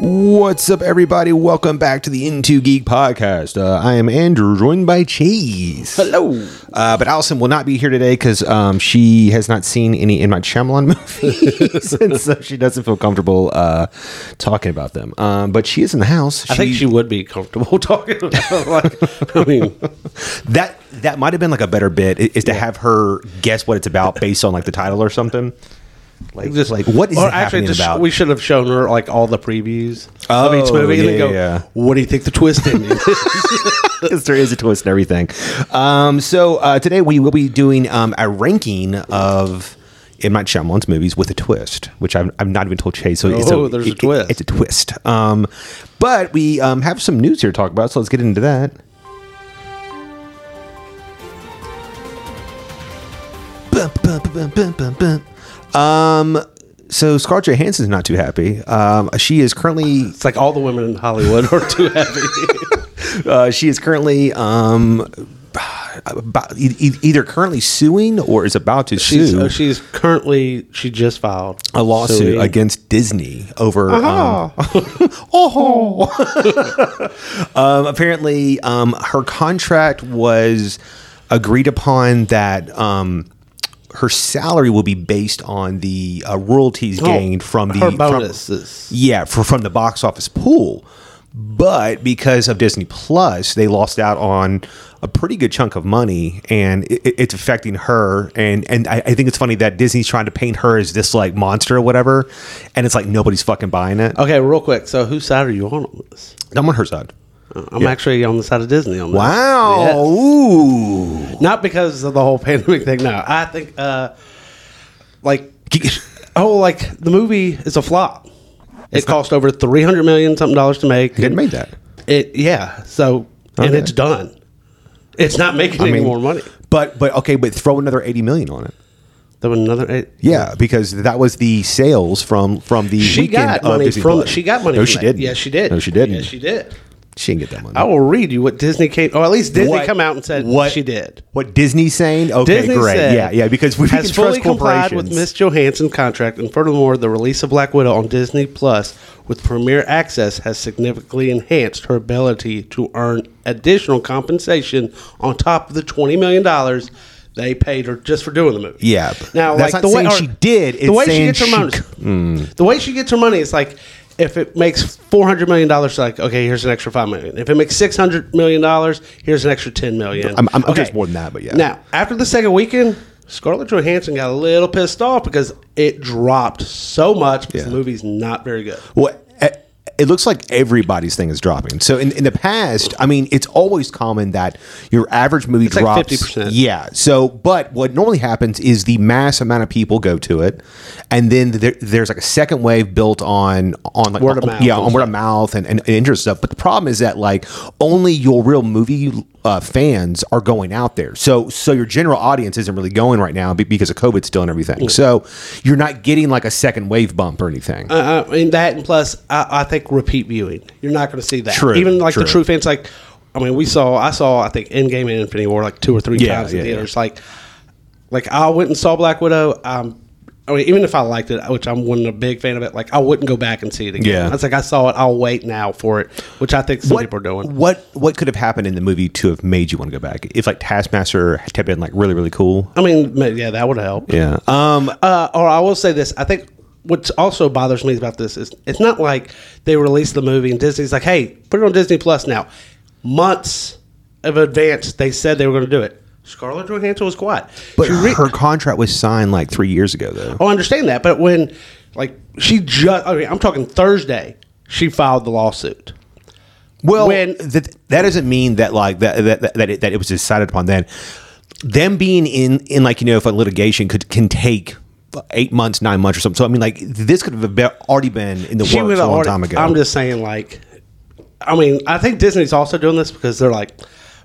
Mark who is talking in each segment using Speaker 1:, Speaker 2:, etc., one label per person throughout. Speaker 1: What's up, everybody? Welcome back to the Into Geek podcast. Uh, I am Andrew, joined by Chase.
Speaker 2: Hello.
Speaker 1: Uh, but Allison will not be here today because um, she has not seen any in my Shyamalan movies, and so she doesn't feel comfortable uh, talking about them. Um, but she is in the house.
Speaker 2: I think she would be comfortable talking about. Like, I mean,
Speaker 1: that that might have been like a better bit i- is to have her guess what it's about based on like the title or something. Like,
Speaker 2: just
Speaker 1: like what is
Speaker 2: or
Speaker 1: it happening
Speaker 2: just-
Speaker 1: about?
Speaker 2: We should have shown her like all the previews of each
Speaker 1: Oh,
Speaker 2: movie and
Speaker 1: yeah,
Speaker 2: then go,
Speaker 1: yeah.
Speaker 2: "What do you think the twist ending is?"
Speaker 1: because there is a twist and everything. Um, so uh, today we will be doing um, a ranking of M. Night Shyamalan's movies with a twist, which I've, I've not even told Chase. So it's
Speaker 2: Oh, there's a
Speaker 1: it- it-
Speaker 2: twist.
Speaker 1: it's a twist. Um, but we um, have some news here to talk about, so let's get into that. Bum, bum, bum, bum, bum, bum, bum. Um, so Scarlett Johansson's not too happy. Um, she is currently
Speaker 2: it's like all the women in Hollywood are too heavy.
Speaker 1: uh, she is currently um, about, e- e- either currently suing or is about to
Speaker 2: She's,
Speaker 1: sue
Speaker 2: uh, she's currently she just filed
Speaker 1: a lawsuit
Speaker 2: suing. Uh-huh.
Speaker 1: against Disney over. Um, Oh. um, apparently, um, her contract was agreed upon that. Um, her salary will be based on the uh, royalties
Speaker 2: Oh,
Speaker 1: gained from the
Speaker 2: her
Speaker 1: from-
Speaker 2: bonuses.
Speaker 1: yeah, for, from the box office pool. But because of Disney Plus, they lost out on a pretty good chunk of money, and it, it- it's affecting her. And and I, I think it's funny that Disney's trying to paint her as this like monster or whatever, and it's like nobody's fucking buying it. Oh,
Speaker 2: Okay, real quick. So, whose side are you on on this?
Speaker 1: I'm on her side.
Speaker 2: I'm actually on the side of Disney on this.
Speaker 1: Wow.
Speaker 2: Yes.
Speaker 1: Ooh.
Speaker 2: Not because of the whole pandemic thing. No, I think uh, like oh, like the movie is a flop. It cost over three hundred million something dollars to make.
Speaker 1: Didn't make that. Oh,
Speaker 2: It yeah. So and
Speaker 1: Okay.
Speaker 2: it's done. It's not making any more money
Speaker 1: But but okay, but throw another eighty million on it.
Speaker 2: than another. Eight.
Speaker 1: Yeah, because that was the sales from from the
Speaker 2: She
Speaker 1: weekend
Speaker 2: got
Speaker 1: of
Speaker 2: money
Speaker 1: Disney
Speaker 2: from.
Speaker 1: Plus.
Speaker 2: She got money.
Speaker 1: No,
Speaker 2: from
Speaker 1: she
Speaker 2: that.
Speaker 1: didn't.
Speaker 2: Yes, she did.
Speaker 1: No, she didn't.
Speaker 2: Yes, she did.
Speaker 1: She didn't get that money.
Speaker 2: I will read you what Disney came. Or at least Disney
Speaker 1: What-
Speaker 2: come out and said
Speaker 1: what-
Speaker 2: she did.
Speaker 1: What Disney's saying? Okay,
Speaker 2: Disney
Speaker 1: great.
Speaker 2: said,
Speaker 1: yeah, yeah. Because we
Speaker 2: has
Speaker 1: can trust
Speaker 2: fully complied
Speaker 1: corporations.
Speaker 2: with Miss Johansson's contract, and furthermore, the release of Black Widow on Disney Plus with Premier Access has significantly enhanced her ability to earn additional compensation on top of the twenty million dollars they paid her just for doing the movie.
Speaker 1: Yeah, but
Speaker 2: Now,
Speaker 1: that's
Speaker 2: like
Speaker 1: not
Speaker 2: the way
Speaker 1: saying
Speaker 2: or-
Speaker 1: she did,
Speaker 2: the
Speaker 1: it's
Speaker 2: way she
Speaker 1: saying
Speaker 2: gets her
Speaker 1: she
Speaker 2: money.
Speaker 1: Mm.
Speaker 2: The way she gets her money is like. If it makes four hundred million dollars, like okay, here's an extra five million. If it makes six hundred million dollars, here's an extra ten million.
Speaker 1: I'm- I'm- I'm just more than that, but yeah.
Speaker 2: Now, after the second weekend, Scarlett Johansson got a little pissed off because it dropped so much because
Speaker 1: Yeah.
Speaker 2: the movie's not very good.
Speaker 1: Well, e- it looks like everybody's thing is dropping. So in, in the past, I mean, it's always common that your average movie
Speaker 2: like
Speaker 1: drops
Speaker 2: 50%.
Speaker 1: Yeah. So, but what normally happens is the mass amount of people go to it, and then there, there's like a second wave built on on like
Speaker 2: Word of mouth
Speaker 1: Yeah,
Speaker 2: and
Speaker 1: on word of mouth and, and, and interest stuff. But the problem is that like only your real movie uh, fans are going out there. So so your general audience isn't really going right now be- because of COVID still and everything. So you're not getting like a second wave bump or anything.
Speaker 2: Uh, uh, and that, and plus, I, I think repeat viewing. You're not going to see that.
Speaker 1: True,
Speaker 2: Even like the
Speaker 1: true.
Speaker 2: true fans, like I mean, we saw, I saw, I think Endgame and Infinity War like two or three
Speaker 1: Yeah,
Speaker 2: times in
Speaker 1: yeah, yeah.
Speaker 2: theaters. Like, like I went and saw Black Widow. Um, I mean, even if I liked it, which I'm wasn't a big fan of it, like I wouldn't go back and see it again.
Speaker 1: Yeah.
Speaker 2: I was like, I saw it. I'll wait now for it, which I think some people are doing.
Speaker 1: What what could have happened in the movie to have made you want to go back? If like Taskmaster had been like really really cool.
Speaker 2: I mean, ma- yeah, that would help.
Speaker 1: Yeah. Um.
Speaker 2: Uh, or I will say this: I think what also bothers me about this is it's not like they released the movie and Disney's like, "Hey, put it on Disney Plus now." Months of advance, they said they were going to do it. Scarlett Johansson was quiet.
Speaker 1: But
Speaker 2: She re-
Speaker 1: her contract was signed like three years ago though.
Speaker 2: Oh, I understand that, but when like she just, I mean, I'm talking Thursday, she filed the lawsuit.
Speaker 1: Well,
Speaker 2: when-
Speaker 1: that that doesn't mean that like that that that, that, it, that it was decided upon then. Them being in in like you know if a litigation could can take eight months nine months or something. So I mean like this could have be- already been in the
Speaker 2: She
Speaker 1: works
Speaker 2: would
Speaker 1: a
Speaker 2: have
Speaker 1: long
Speaker 2: already-
Speaker 1: time ago.
Speaker 2: I'm just saying, like, I mean, I think Disney's also doing this because they're like,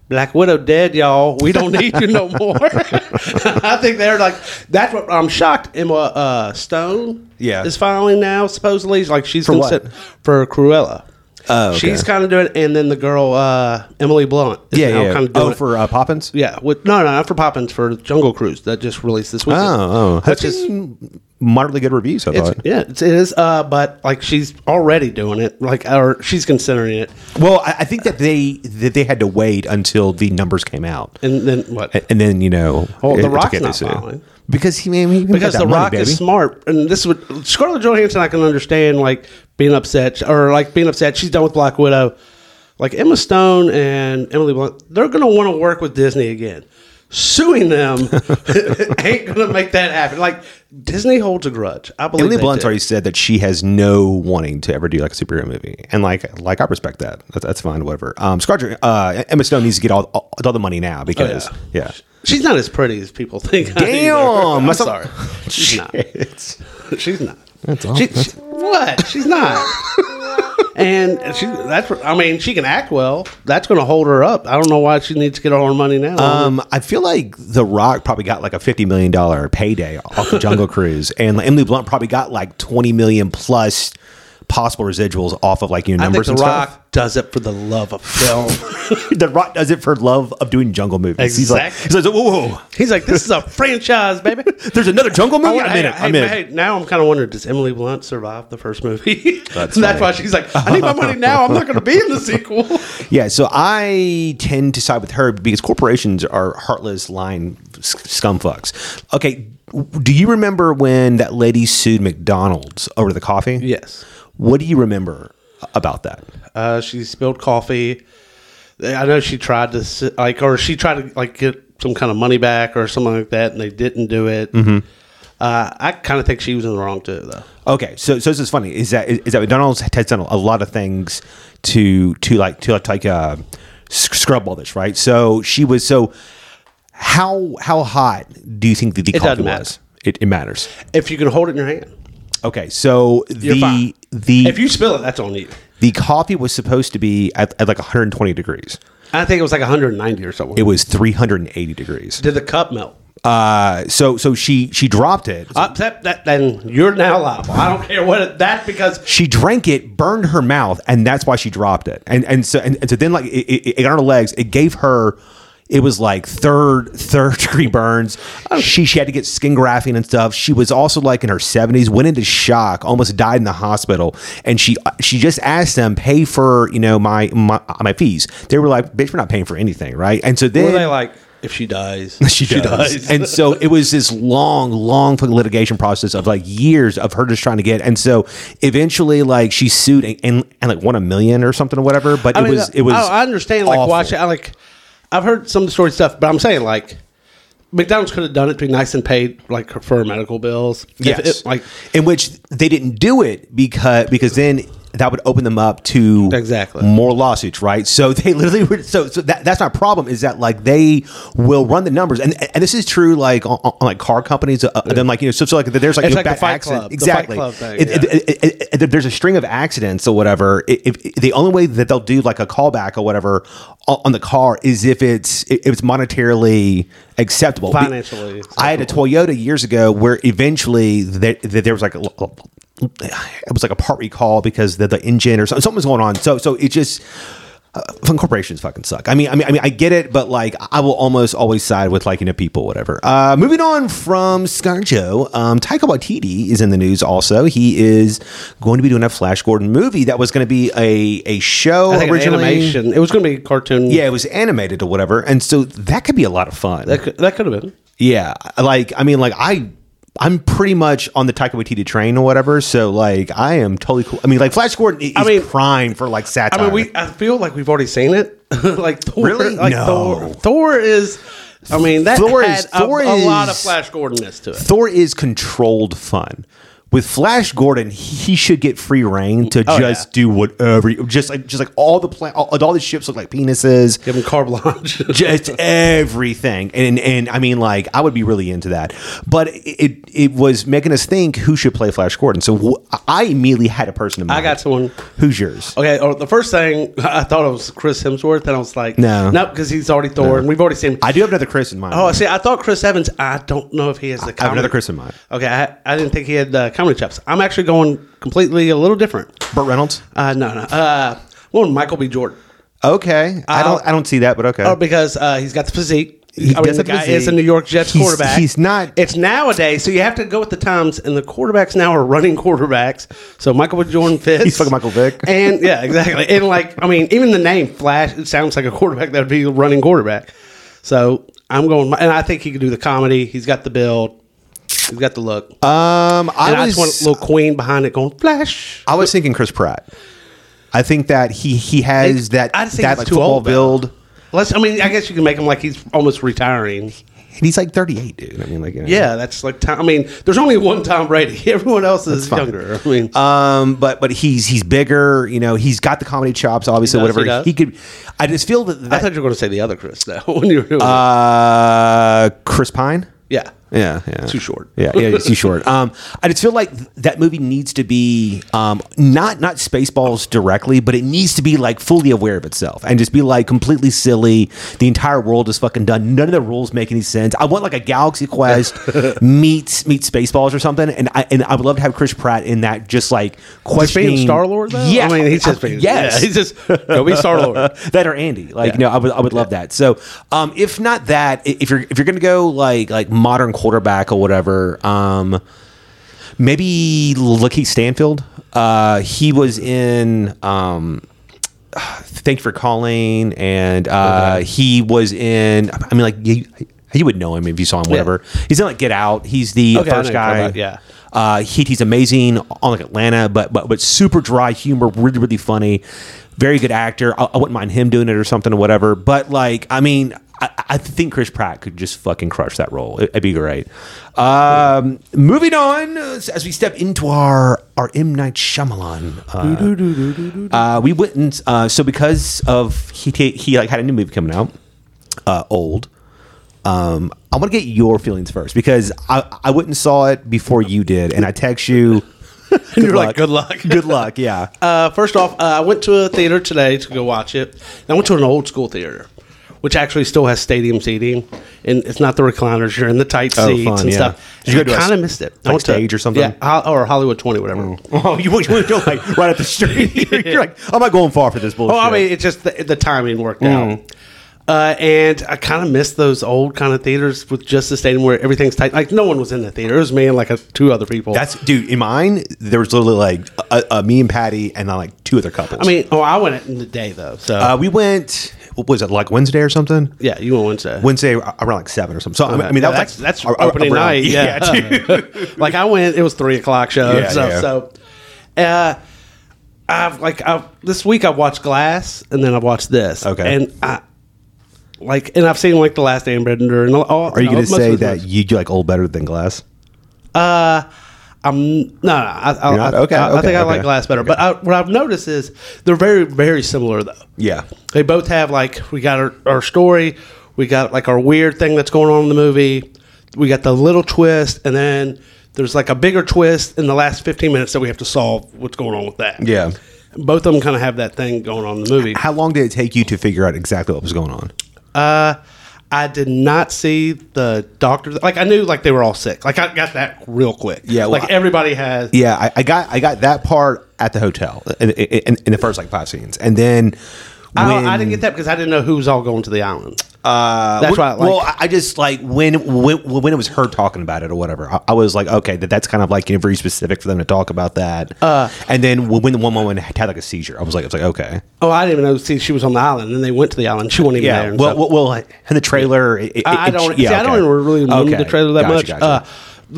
Speaker 2: Black Widow dead, y'all. We don't need you no more. I think they're like, that's what I'm shocked. Emma uh, Stone
Speaker 1: Yeah.
Speaker 2: is filing now, supposedly. Like, she's
Speaker 1: For what?
Speaker 2: considered- for Cruella.
Speaker 1: Oh, okay.
Speaker 2: She's kind of doing, it, and then the girl uh, Emily Blunt. Is
Speaker 1: yeah,
Speaker 2: now
Speaker 1: yeah.
Speaker 2: Kind of doing
Speaker 1: oh,
Speaker 2: it.
Speaker 1: for uh, Poppins.
Speaker 2: yeah. With, no, no, not for Poppins for Jungle Cruise that just released this week.
Speaker 1: Oh, oh, that's
Speaker 2: Which is-
Speaker 1: just moderately good reviews. I
Speaker 2: It's,
Speaker 1: thought.
Speaker 2: yeah, it's, it is. Uh, but like she's already doing it, like or she's considering it,
Speaker 1: Well, I, I think that they that they had to wait until the numbers came out,
Speaker 2: and then what?
Speaker 1: and then you know,
Speaker 2: Well, The
Speaker 1: it- it took
Speaker 2: Rock's
Speaker 1: it to
Speaker 2: not
Speaker 1: see.
Speaker 2: following.
Speaker 1: because he, man, he he got
Speaker 2: because The
Speaker 1: that money,
Speaker 2: Rock
Speaker 1: baby.
Speaker 2: is smart, and this would Scarlett Johansson. I can understand like being upset or like being upset. She's done with Black Widow. Like Emma Stone and Emily Blunt, they're going to want to work with Disney again. Suing them ain't going to make that happen. Like Disney holds a grudge. I believe.
Speaker 1: Emily
Speaker 2: they
Speaker 1: Blunt's
Speaker 2: do.
Speaker 1: already said that she has no wanting to ever do like a superhero movie, and like like I respect that. That's, that's fine, whatever. Um, Scarlett, uh, Emma Stone needs to get all all, all the money now because
Speaker 2: Oh,
Speaker 1: yeah.
Speaker 2: She's not as pretty as people think.
Speaker 1: Damn,
Speaker 2: I'm
Speaker 1: that's-
Speaker 2: sorry. She's not.
Speaker 1: It's-
Speaker 2: She's not.
Speaker 1: all-
Speaker 2: She- she- what? She's not. and she that's what- I mean, she can act well. That's going to hold her up. I don't know why she needs to get all her money now.
Speaker 1: Um, I feel like The Rock probably got like a fifty million dollar payday off the Jungle Cruise, and like, Emily Blunt probably got like twenty million plus possible residuals off of like your
Speaker 2: I think
Speaker 1: numbers
Speaker 2: The
Speaker 1: and
Speaker 2: Rock does it for the love of film.
Speaker 1: stuff. the Rock does it for love of doing jungle movies.
Speaker 2: Exactly.
Speaker 1: He's like, he's like whoa, whoa,
Speaker 2: He's like, this is a franchise, baby.
Speaker 1: there's another jungle
Speaker 2: Oh,
Speaker 1: movie. I'm in it.
Speaker 2: hey,
Speaker 1: I'm in.
Speaker 2: hey, now I'm kind of wondering, does Emily Blunt survive the first movie? That's,
Speaker 1: That's
Speaker 2: why
Speaker 1: funny.
Speaker 2: she's like, I need my money now. I'm not going to be in the sequel.
Speaker 1: Yeah, so I tend to side with her because corporations are heartless, lying s- scumfucks. Okay, do you remember when that lady sued McDonald's over the coffee?
Speaker 2: yes.
Speaker 1: What do you remember about that?
Speaker 2: Uh, she spilled coffee. I know she tried to s- like, or she tried to like get some kind of money back or something like that, and they didn't do it. Uh, I kind of think she was in the wrong too, though.
Speaker 1: Okay, so so this is funny. Is that is that McDonald's has done a lot of things to to like to like uh, sc- scrub all this, right? So she was so how how hot do you think that the
Speaker 2: It
Speaker 1: coffee
Speaker 2: doesn't matter.
Speaker 1: was? It, it matters.
Speaker 2: If you can hold it in your hand,
Speaker 1: Okay, so the
Speaker 2: fine.
Speaker 1: the
Speaker 2: if you spill it, that's on you.
Speaker 1: the coffee was supposed to be at, at like 120 degrees.
Speaker 2: I think it was like 190 or something.
Speaker 1: It was 380 degrees.
Speaker 2: Did the cup melt?
Speaker 1: Uh, so so she she dropped it.
Speaker 2: Uh, that, that, then you're now liable. I don't care what it, that because
Speaker 1: she drank it, burned her mouth, and that's why she dropped it. And and so and, and so then like it, it, it got on her legs. It gave her. It was like third third degree burns.
Speaker 2: Oh.
Speaker 1: She she had to get skin grafting and stuff. She was also like in her seventies, went into shock, almost died in the hospital. And she she just asked them pay for you know my my, my fees. They were like, bitch, we're not paying for anything, right? And so then
Speaker 2: were they like, if she dies,
Speaker 1: she does. and so it was this long, long fucking litigation process of like years of her just trying to get. And so eventually, like she sued and, and, and like won a million or something or whatever. But
Speaker 2: I
Speaker 1: it
Speaker 2: mean,
Speaker 1: was it was.
Speaker 2: I, I understand like
Speaker 1: awful.
Speaker 2: watch it. I like I've heard some story stuff, but I'm saying like McDonald's could have done it to be nice and paid like for her medical bills. If
Speaker 1: Yes,
Speaker 2: it, like
Speaker 1: like in which they didn't do it because because then that would open them up to
Speaker 2: Exactly.
Speaker 1: more lawsuits, right? So they literally were so so that, that's my problem is that like they will run the numbers and and this is true like on, on like car companies uh, then like you know so, so like there's like,
Speaker 2: It's
Speaker 1: you know,
Speaker 2: like the
Speaker 1: bad
Speaker 2: Fight
Speaker 1: accident-
Speaker 2: Club, the Fight
Speaker 1: exactly
Speaker 2: Club thing,
Speaker 1: It- it-
Speaker 2: yeah.
Speaker 1: it- it- it- there's a string of accidents or whatever. If, if the only way that they'll do like a callback or whatever o- on the car is if it's if it's monetarily acceptable. Be-
Speaker 2: Financially
Speaker 1: I had a Toyota years ago where eventually there, there was like a, it was like a part recall because the, the engine or something, something was going on. So so it just. Uh, fun corporations fucking suck. I mean, I mean, I mean, I get it, but like, I will almost always side with like you know people, whatever. Uh, moving on from ScarJo, um, Taika Waititi is in the news. Also, he is going to be doing a Flash Gordon movie that was going to be a a show
Speaker 2: I think an
Speaker 1: originally.
Speaker 2: animation. It was going to be a cartoon.
Speaker 1: Yeah, it was animated or whatever, and so that could be a lot of fun.
Speaker 2: that could, that could have been.
Speaker 1: Yeah, like I mean, like I, I'm pretty much on the Taika Waititi train or whatever. So like, I am totally cool. I mean, like Flash Gordon is
Speaker 2: I mean-
Speaker 1: prime for like satire.
Speaker 2: I mean, we I feel like we've already seen it. like Thor,
Speaker 1: Really?
Speaker 2: like
Speaker 1: No.
Speaker 2: Thor, Thor is. I mean, that
Speaker 1: Thor
Speaker 2: had
Speaker 1: is-
Speaker 2: a,
Speaker 1: Thor
Speaker 2: a lot of
Speaker 1: is-
Speaker 2: Flash Gordonness to it.
Speaker 1: Thor is controlled fun. With Flash Gordon, he should get free reign to
Speaker 2: Oh,
Speaker 1: just
Speaker 2: yeah.
Speaker 1: do whatever, just like just like all the plan, all, all the ships look like penises.
Speaker 2: Give him carte blanche.
Speaker 1: just everything and and i mean like i would be really into that but it it was making us think who should play flash gordon so wh- i immediately had a person in mind
Speaker 2: I got Oh. someone.
Speaker 1: who's yours
Speaker 2: Okay, or the first thing I thought it was Chris Hemsworth, and I was like,
Speaker 1: No.
Speaker 2: no, because he's already Thor, and we've already seen. him.
Speaker 1: i do have another chris in mind
Speaker 2: Oh, see, I thought Chris Evans. I don't know if he has the.
Speaker 1: I have another Chris in mind.
Speaker 2: Okay, I, I didn't think he had the comedy chops. I'm actually going completely a little different.
Speaker 1: burt reynolds
Speaker 2: Uh, no, no. Uh, Well, Michael B. Jordan.
Speaker 1: Okay, I don't I don't see that, but okay.
Speaker 2: Uh, Oh, because uh, he's got the physique.
Speaker 1: He
Speaker 2: I mean,
Speaker 1: does
Speaker 2: the
Speaker 1: have
Speaker 2: guy
Speaker 1: physique.
Speaker 2: is a New York Jets
Speaker 1: He's-
Speaker 2: quarterback.
Speaker 1: he's not-
Speaker 2: It's nowadays, so you have to go with the times, and the quarterbacks now are running quarterbacks. So Michael Jordan fits.
Speaker 1: He's fucking Michael Vick.
Speaker 2: And yeah, exactly. And like, I mean, even the name Flash, it sounds like a quarterback that would be a running quarterback. So I'm going, and I think he could do the comedy. He's got the build. He's got the look.
Speaker 1: um,
Speaker 2: and
Speaker 1: I
Speaker 2: I just want
Speaker 1: was
Speaker 2: a little queen behind it going flash.
Speaker 1: I was thinking Chris Pratt. I think that he he has that
Speaker 2: I just think
Speaker 1: that
Speaker 2: he's too
Speaker 1: football
Speaker 2: old, though.
Speaker 1: build.
Speaker 2: Unless, I mean, I guess you can make him like he's almost retiring.
Speaker 1: And he's like 38, dude. I mean, like you know.
Speaker 2: Yeah, that's like Tom. I mean, there's only one Tom Brady. Everyone else is
Speaker 1: fine.
Speaker 2: younger. I mean,
Speaker 1: Um, but but he's he's bigger. You know, he's got the comedy chops. Obviously,
Speaker 2: He does, he
Speaker 1: whatever
Speaker 2: does.
Speaker 1: he, could. I just feel that,
Speaker 2: I
Speaker 1: that
Speaker 2: thought you were going to say the other Chris though when you were doing. it.
Speaker 1: uh, Chris Pine.
Speaker 2: yeah,
Speaker 1: Yeah, yeah.
Speaker 2: Too short.
Speaker 1: Yeah, yeah, it's too short. Um, I just feel like th- that movie needs to be um, not not Spaceballs directly, but it needs to be like fully aware of itself and just be like completely silly. The entire world is fucking done. None of the rules make any sense. I want like a Galaxy Quest meets meets Spaceballs or something, and I and I would love to have Chris Pratt in that, just like questioning
Speaker 2: Star-Lord, though?
Speaker 1: Yeah,
Speaker 2: I mean, he's just being-
Speaker 1: yes,
Speaker 2: yeah, he's just go be Star Lord.
Speaker 1: that are Andy. Like, no, I would, I would love that. So, um, if not that, i- if you're if you're gonna go like like modern quarterback or whatever, um, maybe Lakeith Stanfield. Uh, he was in um, Thank You for Calling, and uh, he was in. I mean, like you, you would know him if you saw him. Whatever. He's in like Get Out. He's the
Speaker 2: Okay, I know
Speaker 1: first
Speaker 2: what you're talking
Speaker 1: guy.
Speaker 2: about, yeah.
Speaker 1: Uh, he, he's amazing on like Atlanta, but but but super dry humor, really really funny, very good actor. I, I wouldn't mind him doing it or something or whatever. But like, I mean, I, I think Chris Pratt could just fucking crush that role. It, would be great. Um, moving on uh, as we step into our our M Night Shyamalan. Uh, uh, we wouldn't. Uh, so because of he ta- he like had a new movie coming out, uh, old. Um, I want to get your feelings first because I, I went and saw it before you did, and I text you.
Speaker 2: And you're like, good luck.
Speaker 1: good luck. Yeah,
Speaker 2: Uh, first off, uh, I went to a theater today to go watch it. And I went to an old school theater, which actually still has stadium seating, and it's not the recliners. You're in the tight
Speaker 1: Oh,
Speaker 2: seats
Speaker 1: fun,
Speaker 2: and
Speaker 1: yeah.
Speaker 2: stuff.
Speaker 1: Did you
Speaker 2: And
Speaker 1: go
Speaker 2: I
Speaker 1: to a
Speaker 2: kind of
Speaker 1: s-
Speaker 2: missed it. I
Speaker 1: like
Speaker 2: went to-
Speaker 1: stage or something?
Speaker 2: Yeah, Ho- or Hollywood 20, whatever.
Speaker 1: Oh, you went, you went like right up the street. You're, you're like, I'm not going far for this bullshit. Mm.
Speaker 2: Oh, I mean, it's just the, the timing worked out. Uh, and I kind of miss those old kind of theaters with just the stadium where everything's tight. Like no one was in the theater. It was me and like a, two other people.
Speaker 1: that's dude. In mine, there was literally like a, a me and Patty, and then like two other couples.
Speaker 2: I mean, oh, I went in the day though. So
Speaker 1: uh, we went. What was it like Wednesday or something?
Speaker 2: yeah, you went Wednesday.
Speaker 1: Wednesday ar- around like seven or something. So I mean, I mean, that
Speaker 2: Yeah,
Speaker 1: was
Speaker 2: that's
Speaker 1: like, ar-
Speaker 2: that's
Speaker 1: ar-
Speaker 2: opening
Speaker 1: around-
Speaker 2: night. Yeah, like I went. It was three o'clock show.
Speaker 1: Yeah,
Speaker 2: so,
Speaker 1: yeah.
Speaker 2: so, uh, I've like I've, this week I watched Glass and then I watched this.
Speaker 1: Okay.
Speaker 2: and I like and I've seen like the last Airbender and all.
Speaker 1: Are you going to say that you do like old better than glass?
Speaker 2: Uh, I'm no, no I, I,
Speaker 1: You're not?
Speaker 2: I-
Speaker 1: Okay,
Speaker 2: I, I think
Speaker 1: okay,
Speaker 2: I
Speaker 1: okay.
Speaker 2: like Glass better. But I, what I've noticed is they're very, very similar though.
Speaker 1: Yeah.
Speaker 2: They both have like we got our, our story, we got like our weird thing that's going on in the movie, we got the little twist, and then there's like a bigger twist in the last 15 minutes that we have to solve what's going on with that.
Speaker 1: Yeah.
Speaker 2: both of them kind of have that thing going on in the movie.
Speaker 1: How long did it take you to figure out exactly what was going on?
Speaker 2: Uh, I did not see the doctor. Like I knew like they were all sick. Like I got that real quick.
Speaker 1: Yeah, well,
Speaker 2: like everybody has.
Speaker 1: Yeah, I, I got I got that part at the hotel in, in, in the first like five scenes, and then when,
Speaker 2: I, I didn't get that because I didn't know who was all going to the island.
Speaker 1: Uh,
Speaker 2: That's
Speaker 1: wh-
Speaker 2: why, like-
Speaker 1: well, I- I just like when when when it was her talking about it or whatever. I, I was like, okay, that that's kind of like you know, very specific for them to talk about that. Uh, and then when when the one woman had like a seizure, I was like, I was like, okay,
Speaker 2: oh, I didn't even know. See, she was on the island, and then they went to the island. She wasn't even
Speaker 1: yeah.
Speaker 2: there. and
Speaker 1: Well,
Speaker 2: stuff.
Speaker 1: well, well, and the trailer. it- it-
Speaker 2: I, I
Speaker 1: it-
Speaker 2: don't.
Speaker 1: yeah,
Speaker 2: see, I
Speaker 1: okay.
Speaker 2: don't even really remember
Speaker 1: Okay,
Speaker 2: the trailer that
Speaker 1: gotcha,
Speaker 2: much.
Speaker 1: gotcha.
Speaker 2: Uh,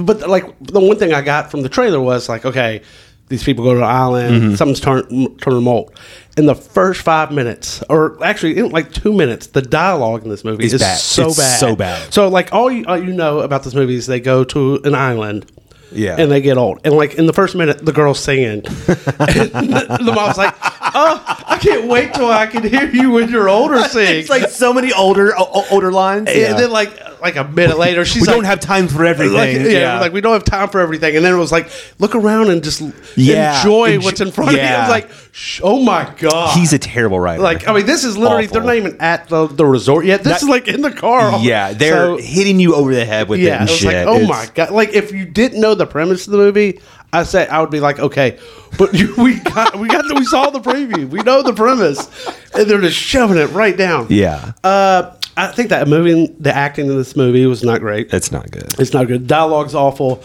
Speaker 2: but like the one thing I got from the trailer was like, okay, these people go to the island.
Speaker 1: Mm-hmm.
Speaker 2: Something's turned turned remote. In the first five minutes, or actually in like two minutes, the dialogue in this movie
Speaker 1: It's
Speaker 2: is
Speaker 1: bad.
Speaker 2: so
Speaker 1: It's
Speaker 2: bad,
Speaker 1: so bad.
Speaker 2: So like all you, all you know about this movie is they go to an island.
Speaker 1: Yeah.
Speaker 2: And they get old. And like in the first minute, the girl's singing. And the, the mom's like, Oh, I can't wait till I can hear you when you're older sing.
Speaker 1: it's like so many older o- o- older lines.
Speaker 2: And then like like like a minute later, she's
Speaker 1: we
Speaker 2: like,
Speaker 1: don't have time for everything.
Speaker 2: like, yeah, like we don't have time for everything. And then it was like, look around and just
Speaker 1: Yeah.
Speaker 2: enjoy
Speaker 1: Enjo-
Speaker 2: what's in front
Speaker 1: yeah.
Speaker 2: of you. It's like, sh- oh my god,
Speaker 1: he's a terrible writer.
Speaker 2: like I mean, this is literally
Speaker 1: Awful.
Speaker 2: they're not even at the, the resort yet. This
Speaker 1: That-
Speaker 2: is like in the car.
Speaker 1: yeah, they're
Speaker 2: So,
Speaker 1: hitting you over the head with it
Speaker 2: yeah.
Speaker 1: and
Speaker 2: It was
Speaker 1: shit.
Speaker 2: like, oh
Speaker 1: It's-
Speaker 2: my god, like if you didn't know the premise of the movie, I say I would be like, okay, but you, we got we got we saw the preview, we know the premise, and they're just shoving it right down.
Speaker 1: Yeah,
Speaker 2: Uh, I think that movie, the acting in this movie was not great.
Speaker 1: it's not good.
Speaker 2: It's not good. Dialogue's awful.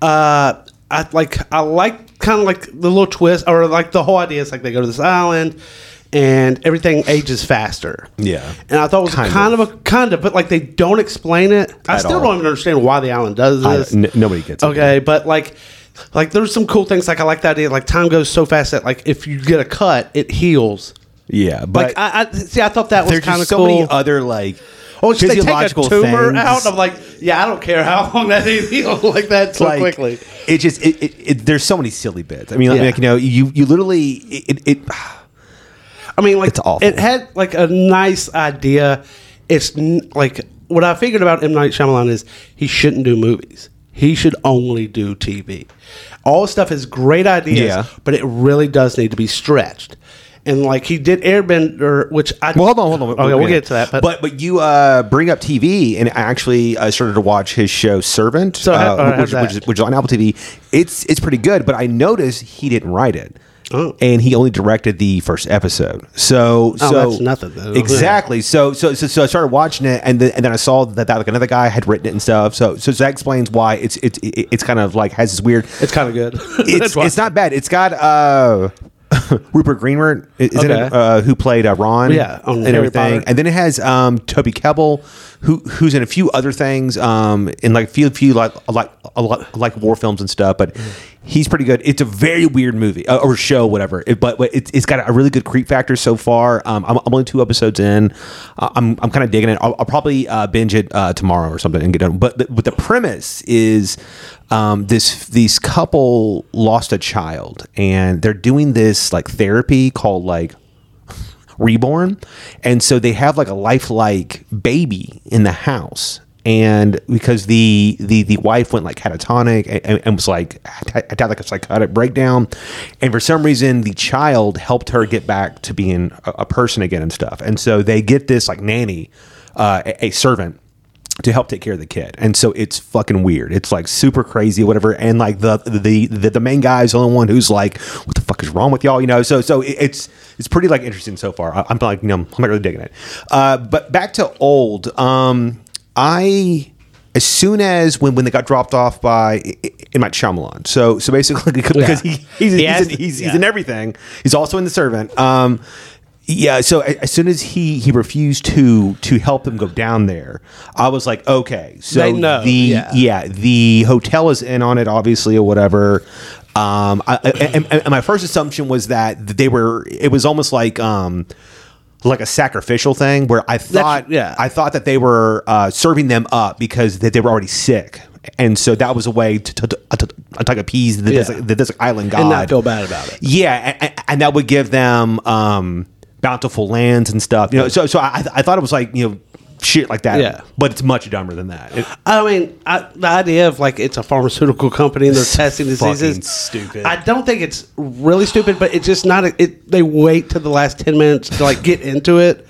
Speaker 2: Uh, I like. I like kind of like the little twist, or like the whole idea is like they go to this island, and everything ages faster.
Speaker 1: Yeah.
Speaker 2: and I thought it was
Speaker 1: Kind
Speaker 2: kind, of. a kind of, but like they don't explain it. I
Speaker 1: At
Speaker 2: still
Speaker 1: all.
Speaker 2: don't even understand why the island does
Speaker 1: I-
Speaker 2: this.
Speaker 1: n- nobody gets it.
Speaker 2: Okay, but like. Like there's some cool things like I like the idea like time goes so fast that like if you get a cut it heals.
Speaker 1: Yeah, but
Speaker 2: Like I, I see I thought that was
Speaker 1: there's
Speaker 2: kind
Speaker 1: just so
Speaker 2: of cool.
Speaker 1: many other like
Speaker 2: Oh, should they take a
Speaker 1: physiological
Speaker 2: tumor
Speaker 1: things.
Speaker 2: out? I'm like, yeah, I don't care how long that is healed like that so
Speaker 1: like,
Speaker 2: quickly.
Speaker 1: It just it, it, it, there's so many silly bits. I mean, like,
Speaker 2: Yeah.
Speaker 1: like, you know, you you literally it it, it
Speaker 2: I mean, like,
Speaker 1: it's awful.
Speaker 2: it had like a nice idea. It's n- like what I figured about M Night Shyamalan is he shouldn't do movies. He should only do TV. All stuff is great ideas,
Speaker 1: Yeah.
Speaker 2: but it really does need to be stretched. And like he did Airbender, which I
Speaker 1: Well, hold on, hold on.
Speaker 2: Okay, we'll get to that. But,
Speaker 1: but but you uh, bring up TV, and I actually I started to watch his show Servant,
Speaker 2: So how-
Speaker 1: uh,
Speaker 2: all right,
Speaker 1: which,
Speaker 2: how's
Speaker 1: which,
Speaker 2: that?
Speaker 1: is, which is on Apple TV. It's it's pretty good, but I noticed he didn't write it.
Speaker 2: Oh.
Speaker 1: And he only directed the first episode, so
Speaker 2: Oh,
Speaker 1: so
Speaker 2: that's nothing, though.
Speaker 1: Exactly. So, so so so I started watching it, and then and then I saw that, that like another guy had written it and stuff. So so that explains why it's it's it, it's kind of like has this weird.
Speaker 2: it's kind of good.
Speaker 1: It's
Speaker 2: That's why-
Speaker 1: it's not bad. It's got uh, Rupert Greenwald, i- isn't it?
Speaker 2: Okay.
Speaker 1: Uh, who played uh, Ron?
Speaker 2: Yeah, on
Speaker 1: and
Speaker 2: Harry
Speaker 1: everything.
Speaker 2: Potter.
Speaker 1: And then it has um, Toby Kebbell, who who's in a few other things, um, in like a few few like like a lot like war films and stuff. But he's pretty good. It's a very weird movie uh, or show, whatever. It, but but it's it's got a really good creep factor so far. Um, I'm, I'm only two episodes in. Uh, I'm I'm kind of digging it. I'll, I'll probably uh, binge it uh, tomorrow or something and get done. But the, but the premise is. Um, this these couple lost a child and they're doing this like therapy called like reborn. And so they have like a lifelike baby in the house. And because the the the wife went like catatonic and- and, and was like had had like a psychotic breakdown, and for some reason the child helped her get back to being a, a person again and stuff. And so they get this like nanny, uh, a- a servant to help take care of the kid. And so it's fucking weird. It's like super crazy, whatever. And like the the the, the main guy is the only one who's like, what the fuck is wrong with y'all? You know. So so it- it's it's pretty like interesting so far. I, I'm like, you know, I'm not really digging it. Uh, but back to old. Um, I as soon as when when they got dropped off by in my Shyamalan. So so basically because he, he's,
Speaker 2: He
Speaker 1: he's,
Speaker 2: has-
Speaker 1: in, he's, he's
Speaker 2: yeah.
Speaker 1: in everything. He's also in the servant. Um, yeah. So a- as soon as he he refused to to help them go down there, I was like, okay. So
Speaker 2: They know,
Speaker 1: the
Speaker 2: yeah.
Speaker 1: yeah the hotel is in on it, obviously or whatever. Um, I, I- and, and my first assumption was that they were. It was almost like um. Like a sacrificial thing, where I thought,
Speaker 2: yeah.
Speaker 1: I thought that they were uh, serving them up because that they were already sick, and so that was a way to to, to, to, to appease the, this,
Speaker 2: Yeah.
Speaker 1: the this island god
Speaker 2: and not feel bad about it.
Speaker 1: yeah, and, and that would give them um, bountiful lands and stuff. You know, so so I, I thought it was like you know shit like that.
Speaker 2: Yeah.
Speaker 1: but it's much dumber than that. It-
Speaker 2: I mean, I, the idea of like it's a pharmaceutical company and they're testing
Speaker 1: fucking
Speaker 2: diseases.
Speaker 1: stupid.
Speaker 2: I don't think it's really stupid, but it's just not. A, it they wait to the last ten minutes to like get into it,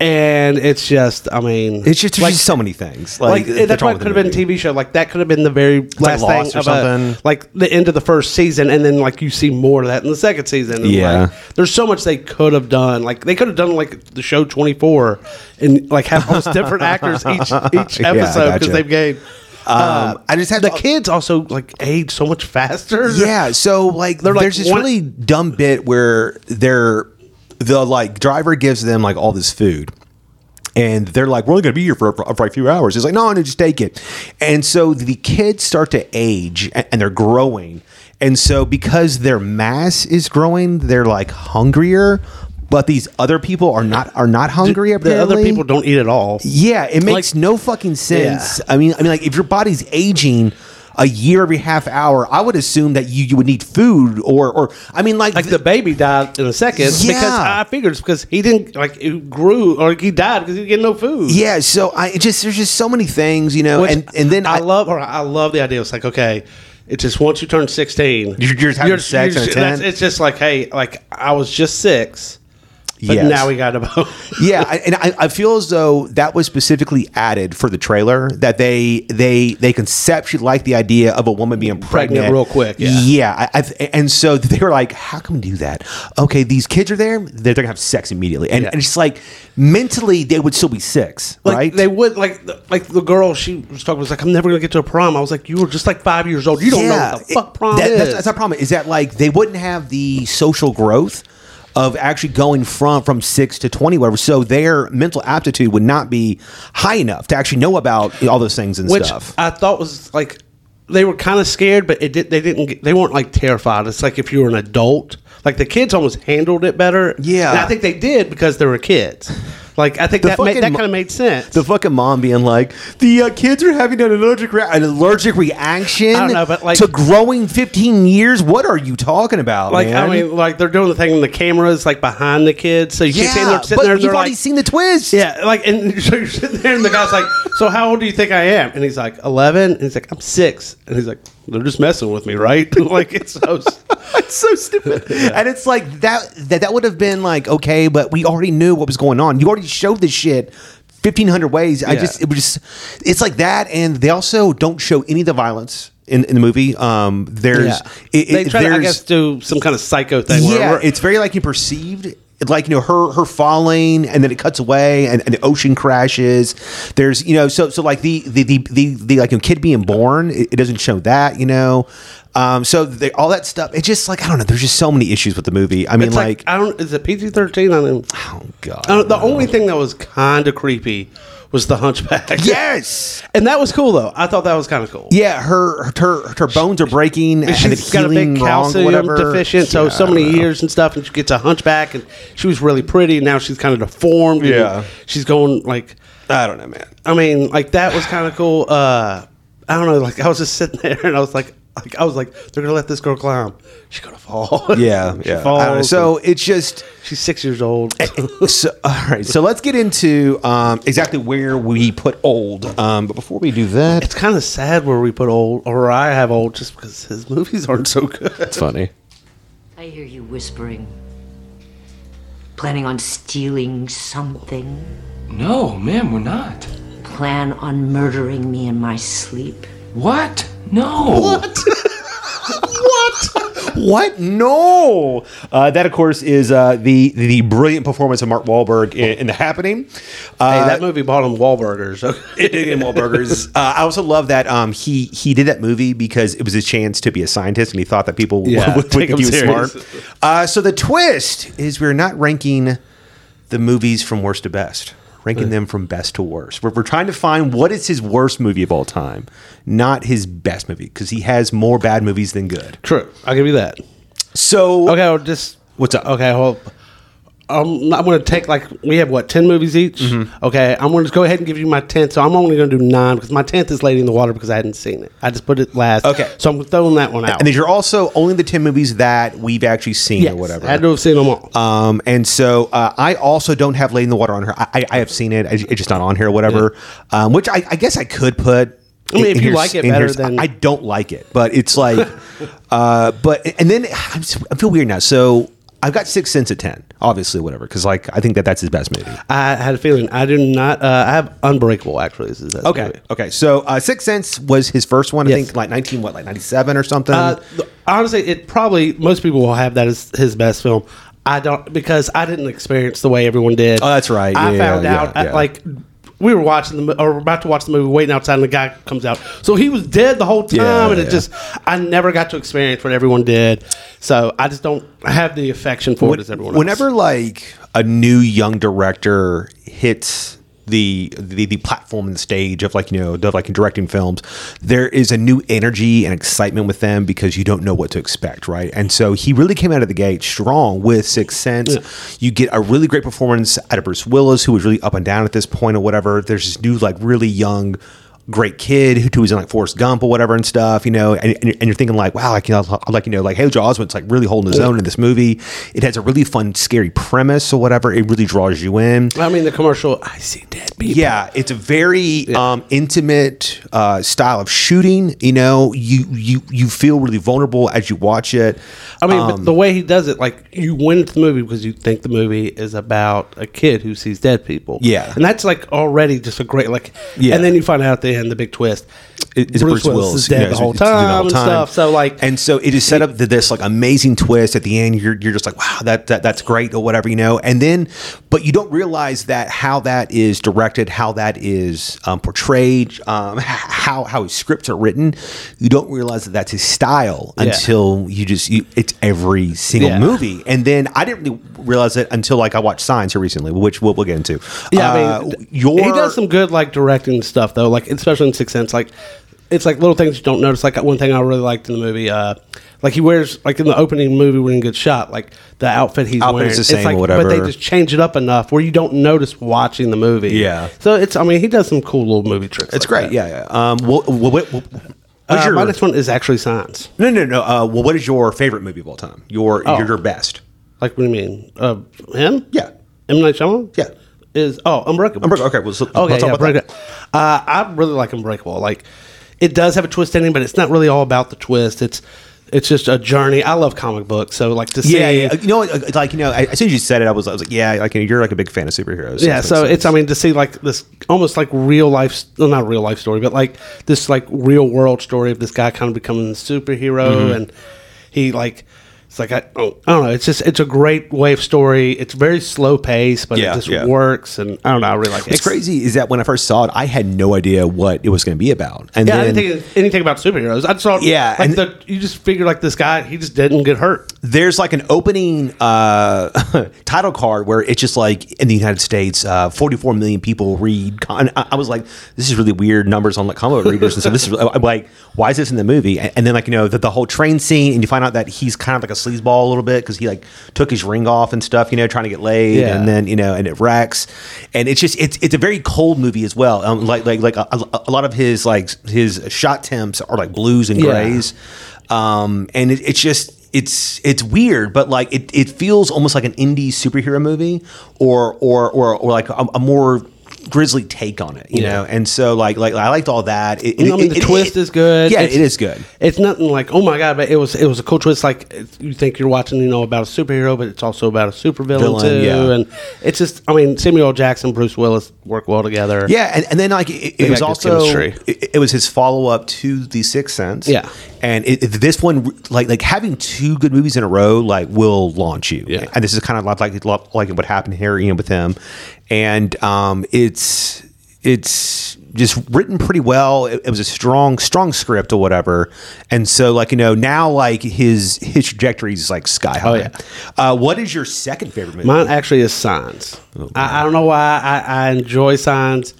Speaker 2: and it's just. I mean,
Speaker 1: it's just there's
Speaker 2: like
Speaker 1: just so many things.
Speaker 2: like, eh,
Speaker 1: that's
Speaker 2: that's
Speaker 1: wrong
Speaker 2: why it
Speaker 1: with
Speaker 2: could have
Speaker 1: the
Speaker 2: been a
Speaker 1: movie.
Speaker 2: TV show. Like that could have been the very
Speaker 1: like
Speaker 2: last
Speaker 1: Lost
Speaker 2: thing
Speaker 1: or
Speaker 2: of a,
Speaker 1: something.
Speaker 2: like the end of the first season, and then like you see more of that in the second season. And,
Speaker 1: Yeah.
Speaker 2: like, there's so much they could have done. Like they could have done like the show 24 and like have all these different actors each each
Speaker 1: Yeah, I
Speaker 2: episode because
Speaker 1: gotcha.
Speaker 2: they've gained. Uh,
Speaker 1: Um, I just had
Speaker 2: the
Speaker 1: to-
Speaker 2: kids also like age so much faster.
Speaker 1: Yeah, so like
Speaker 2: They're, like,
Speaker 1: there's this
Speaker 2: one-
Speaker 1: really dumb bit where they're the like driver gives them like all this food. And they're like, we're only going to be here for, for, for a few hours. He's like, no, no, just take it. And so the kids start to age and, and they're growing. And so because their mass is growing, they're like hungrier. But these other people are not are not hungry.
Speaker 2: the
Speaker 1: apparently.
Speaker 2: other people don't eat at all.
Speaker 1: Yeah, it makes no fucking sense. I mean, I mean, like if your body's aging, a year every half hour, I would assume that you, you would need food or or I mean like,
Speaker 2: Like the baby died in a second because
Speaker 1: Yeah.
Speaker 2: I figured it's because he didn't like it grew or he died because he didn't get no food.
Speaker 1: yeah. So I it just there's just so many things you know,
Speaker 2: Which
Speaker 1: and and then
Speaker 2: I,
Speaker 1: I,
Speaker 2: love or I love the idea. It's like okay, it's just once you turn sixteen,
Speaker 1: You're- you're just having sex in a
Speaker 2: just- that's-
Speaker 1: tent?
Speaker 2: It's just like hey, like I was just six, but
Speaker 1: Yes.
Speaker 2: now we got about
Speaker 1: yeah, I- and I, I feel as though that was specifically added for the trailer that they they they conceptually like the idea of a woman being pregnant,
Speaker 2: Pregnant real quick, yeah.
Speaker 1: I, I, and so they were like, "How can we do that?" Okay, these kids are there; they're gonna have sex immediately, and,
Speaker 2: Yeah.
Speaker 1: and it's like mentally they would still be six,
Speaker 2: like
Speaker 1: right?
Speaker 2: they would like the- like the girl she was talking was like I'm never gonna get to a prom. I was like you were just like five years old. You don't know what the
Speaker 1: it-
Speaker 2: fuck prom
Speaker 1: that-
Speaker 2: is.
Speaker 1: That's, that's our problem. Is that like they wouldn't have the social growth of actually going from from six to twenty, whatever. So their mental aptitude would not be high enough to actually know about all those things and
Speaker 2: which
Speaker 1: stuff.
Speaker 2: I thought was like they were kind of scared, but it did. They didn't. Get, they weren't like terrified. It's like if you were an adult, like the kids almost handled it better.
Speaker 1: Yeah.
Speaker 2: and I think they did because they were kids. Like I think that made,
Speaker 1: fucking
Speaker 2: that
Speaker 1: mo-
Speaker 2: kind of made sense.
Speaker 1: The fucking mom being like, the uh, kids are having an allergic rea- an allergic reaction.
Speaker 2: I don't know, but, like-
Speaker 1: to growing fifteen years. What are you talking about,
Speaker 2: like
Speaker 1: man?
Speaker 2: I mean, like they're doing the thing when the cameras like behind the kids, so you keep
Speaker 1: yeah,
Speaker 2: saying they're sitting
Speaker 1: but
Speaker 2: there.
Speaker 1: you've
Speaker 2: They're
Speaker 1: already
Speaker 2: like,
Speaker 1: seen the twist.
Speaker 2: yeah, like and so you're sitting there, and the guy's like, "So how old do you think I am?" And he's like, 11. And he's like, "I'm six. And he's like, "They're just messing with me, right?" like it's so.
Speaker 1: it's so stupid. And it's like that that that would have been like okay, but we already knew what was going on. You already showed this shit. 1500 ways i
Speaker 2: Yeah.
Speaker 1: just it was just it's like that and they also don't show any of the violence in, in the movie um there's it,
Speaker 2: they
Speaker 1: it-
Speaker 2: try to, I
Speaker 1: there's-
Speaker 2: guess, do some kind of psycho thing. where-
Speaker 1: yeah
Speaker 2: where-
Speaker 1: it's very like you perceived like you know her her falling and then it cuts away and, and the ocean crashes there's you know so so like the the the the, the like a kid being born it, it doesn't show that you know um so they, all that stuff it's just like i don't know there's just so many issues with the movie i mean
Speaker 2: It's like,
Speaker 1: like,
Speaker 2: I don't. Is it PG thirteen? I mean,
Speaker 1: oh god
Speaker 2: I don't- the only thing that was kind of creepy was the Hunchback.
Speaker 1: yes
Speaker 2: and that was cool though. I thought that was kind of cool.
Speaker 1: yeah her her her bones are breaking and
Speaker 2: She's
Speaker 1: it's
Speaker 2: got a
Speaker 1: healing
Speaker 2: big
Speaker 1: wrong,
Speaker 2: calcium
Speaker 1: whatever.
Speaker 2: deficient, so
Speaker 1: Yeah,
Speaker 2: so
Speaker 1: I don't
Speaker 2: many
Speaker 1: know.
Speaker 2: years and stuff, and she gets a hunchback, and she was really pretty. Now she's kind of deformed. and
Speaker 1: Yeah.
Speaker 2: she's going like,
Speaker 1: i don't know man
Speaker 2: I mean, like that was kind of cool. Uh, I don't know, like I was just sitting there, and I was like, like I was like, they're gonna let this girl climb. She's gonna fall.
Speaker 1: yeah
Speaker 2: she
Speaker 1: yeah I don't know.
Speaker 2: falls.
Speaker 1: so it's just
Speaker 2: she's six years old.
Speaker 1: so, all right, so let's get into um, exactly where we put old. Um, but before we do that,
Speaker 2: It's kind of sad where we put old, or I have old, just because his movies aren't so good.
Speaker 3: It's funny.
Speaker 4: I hear you whispering. Planning on stealing something?
Speaker 5: No, ma'am, we're not.
Speaker 4: Plan on murdering me in my sleep?
Speaker 5: What? No.
Speaker 1: what? No, uh, that of course is uh, the the brilliant performance of Mark Wahlberg in, in The Happening. Uh,
Speaker 2: hey, that movie bought him Wahlburgers. Okay.
Speaker 1: Digging Wahlburgers. Uh, I also love that um, he he did that movie because it was his chance to be a scientist, and he thought that people
Speaker 2: Yeah,
Speaker 1: would, would
Speaker 2: take
Speaker 1: think
Speaker 2: him
Speaker 1: he was
Speaker 2: serious.
Speaker 1: smart. Uh, so the twist is we're not ranking the movies from worst to best, ranking them from best to worst. We're, we're trying to find what is his worst movie of all time, not his best movie, because he has more bad movies than good.
Speaker 2: True, I'll give you that.
Speaker 1: So
Speaker 2: Okay, I'll just
Speaker 1: What's up?
Speaker 2: Okay, well, um, I'm going to take like we have what ten movies each.
Speaker 1: Mm-hmm.
Speaker 2: Okay, I'm going to go ahead and give you my tenth. So I'm only going to do nine because my tenth is Lady in the Water because I hadn't seen it. I just put it last.
Speaker 1: Okay.
Speaker 2: so I'm throwing that one out.
Speaker 1: And these are also only the 10 movies that we've actually seen
Speaker 2: Yes,
Speaker 1: or whatever.
Speaker 2: I had to have seen them all.
Speaker 1: Um, and so uh, I also don't have Lady in the Water on her. I, I, I have seen it. I, it's just not on here, or whatever. Um, which I, I guess I could put.
Speaker 2: I mean,
Speaker 1: in-
Speaker 2: if
Speaker 1: in
Speaker 2: you
Speaker 1: here's-
Speaker 2: like it
Speaker 1: in
Speaker 2: better
Speaker 1: here's-
Speaker 2: than-
Speaker 1: I don't like it, but it's like, uh, but and then I'm, s- I feel weird now. So I've got Six Sense at ten, obviously, whatever, because like I think that that's his best movie.
Speaker 2: I had a feeling. I do not. Uh, I have Unbreakable actually. Is his best
Speaker 1: Okay,
Speaker 2: movie.
Speaker 1: okay. So uh, Six Sense was his first one, I
Speaker 2: Yes.
Speaker 1: think, like nineteen, what, like ninety seven or something.
Speaker 2: Uh, th- honestly, it probably most people will have that as his best film. I don't because I didn't experience the way everyone did.
Speaker 1: Oh, that's right.
Speaker 2: I
Speaker 1: Yeah,
Speaker 2: found
Speaker 1: yeah,
Speaker 2: out at,
Speaker 1: yeah.
Speaker 2: like we were watching the mo- or we're about to watch the movie, waiting outside, and the guy comes out. So he was dead the whole time,
Speaker 1: Yeah,
Speaker 2: and it
Speaker 1: yeah.
Speaker 2: just I never got to experience what everyone did. So I just don't have the affection for it as everyone.
Speaker 1: whenever
Speaker 2: else.
Speaker 1: like a new young director hits the, the the platform and the stage of like you know of like directing films there is a new energy and excitement with them because you don't know what to expect right and so he really came out of the gate strong with Sixth Sense you get a really great performance out of Bruce Willis who was really up and down at this point or whatever there's this new like really young great kid who was in like Forrest Gump or whatever and stuff, you know, and, and, you're- and you're thinking like, wow, like, you know, like, you know, like Haley Joel Osment's like really holding his own in this movie. It has a really fun, scary premise or whatever. It really draws you in.
Speaker 2: I mean, the commercial, I see dead people.
Speaker 1: Yeah, it's a very um, intimate uh, style of shooting. You know, you you you feel really vulnerable as you watch it.
Speaker 2: I mean,
Speaker 1: Um,
Speaker 2: but the way he does it, like you went into the movie because you think the movie is about a kid who sees dead people.
Speaker 1: Yeah.
Speaker 2: and that's like already just a great like.
Speaker 1: Yeah.
Speaker 2: and then you find out at the end the big twist.
Speaker 1: It- it's Bruce, Willis
Speaker 2: is dead
Speaker 1: you know,
Speaker 2: the whole
Speaker 1: it's- it's
Speaker 2: time and stuff. So like,
Speaker 1: and so it is set up to this like amazing twist at the end. You're you're just like, wow, that, that that's great or whatever, you know. And then, but you don't realize that how that is directed, how that is um, portrayed, um, h- how how his scripts are written. You don't realize that that's his style
Speaker 2: Yeah.
Speaker 1: until you just you, it's every single
Speaker 2: Yeah.
Speaker 1: movie. And then I didn't really realize it until like I watched Signs here recently, which we'll, we'll get into.
Speaker 2: yeah, I
Speaker 1: Uh,
Speaker 2: mean,
Speaker 1: your
Speaker 2: he does some good like directing stuff though, like especially in Sixth Sense, like. It's like little things you don't notice. Like one thing I really liked in the movie, uh, like he wears like in the opening movie when he gets shot, like the outfit he's
Speaker 1: Outfit is
Speaker 2: wearing.
Speaker 1: the
Speaker 2: it's
Speaker 1: same or
Speaker 2: like, But they
Speaker 1: whatever.
Speaker 2: just change it up enough where you don't notice watching the movie.
Speaker 1: Yeah.
Speaker 2: So it's I mean he does some cool little movie tricks.
Speaker 1: It's
Speaker 2: like
Speaker 1: great. Yeah.
Speaker 2: that.
Speaker 1: yeah. Um, what, what, what, what's
Speaker 2: Uh,
Speaker 1: your,
Speaker 2: My next one is actually science.
Speaker 1: no, no, no. Uh, well, what is your favorite movie of all time? Your
Speaker 2: Oh.
Speaker 1: your, your best.
Speaker 2: Like what do you mean? Uh, him?
Speaker 1: Yeah.
Speaker 2: M Night Shyamalan?
Speaker 1: Yeah.
Speaker 2: Is oh Unbreakable.
Speaker 1: Unbreakable. Okay, well, so let's
Speaker 2: okay.
Speaker 1: talk
Speaker 2: yeah,
Speaker 1: about that.
Speaker 2: Unbreakable. Uh, I really like Unbreakable. Like it does have a twist ending, but it's not really all about the twist. It's it's just a journey. I love comic books, so like to see
Speaker 1: Yeah, yeah. You know, like like, you know, I- as soon as you said it, I was, I was like, yeah, like you know, you're like a big fan of superheroes.
Speaker 2: yeah so it's i mean to see like this almost like real life well, not real life story but like this like real world story of this guy kind of becoming a superhero
Speaker 1: Mm-hmm.
Speaker 2: and he like it's like I, oh, I don't know it's just it's a great way of story it's very slow paced but
Speaker 1: Yeah,
Speaker 2: it just
Speaker 1: yeah.
Speaker 2: works and i don't know i really like it
Speaker 1: What's crazy is that when I first saw it, I had no idea what it was going to be about, and
Speaker 2: yeah, I
Speaker 1: then
Speaker 2: didn't think anything about superheroes. I just saw,
Speaker 1: Yeah,
Speaker 2: like
Speaker 1: and-
Speaker 2: the, you just figure like this guy, he just didn't get hurt.
Speaker 1: there's like an opening uh, title card where it's just like in the United States, uh, 44 million people read. Con- I, I was like, this is really weird numbers on like comic book readers, and so this is I'm like, why is this in the movie? And, and then like you know the, the whole train scene, and you find out that he's kind of like a sleazeball a little bit because he like took his ring off and stuff, you know, trying to get laid,
Speaker 2: Yeah.
Speaker 1: and then you know, and it wrecks, and it's just it's it's a very cold movie as well. Um, like like like a, a- a lot of his like his shot temps are like blues and
Speaker 2: Yeah.
Speaker 1: grays um, and it, it's just it's it's weird, but like it, it feels almost like an indie superhero movie, or or or, or like a, a more grisly take on it, you
Speaker 2: Yeah.
Speaker 1: know. And so like like I liked all that. It,
Speaker 2: I mean, the twist
Speaker 1: is
Speaker 2: is good.
Speaker 1: Yeah,
Speaker 2: It's-
Speaker 1: it is good.
Speaker 2: It's nothing like oh my god, but it was it was a cool twist. Like it's- you think you're watching, you know, about a superhero, but it's also about a supervillain
Speaker 1: Villain,
Speaker 2: too.
Speaker 1: yeah.
Speaker 2: And it's just, I mean, Samuel L. Jackson, Bruce Willis work well together.
Speaker 1: Yeah, and, and then like it, it
Speaker 2: got
Speaker 1: was
Speaker 2: good
Speaker 1: also
Speaker 2: chemistry.
Speaker 1: it, it was his follow up to the Sixth Sense.
Speaker 2: Yeah.
Speaker 1: and it, it- this one like like having two good movies in a row like will launch you.
Speaker 2: Yeah.
Speaker 1: and this is kind of like like like what happened here, you know, with him, and um, it's it's just written pretty well. It, it was a strong strong script or whatever, and so like you know now like his his trajectory is like sky high.
Speaker 2: Oh, yeah.
Speaker 1: uh, what is your second favorite movie?
Speaker 2: Mine actually is Signs.
Speaker 1: Oh,
Speaker 2: I, I don't know why I, I enjoy Signs.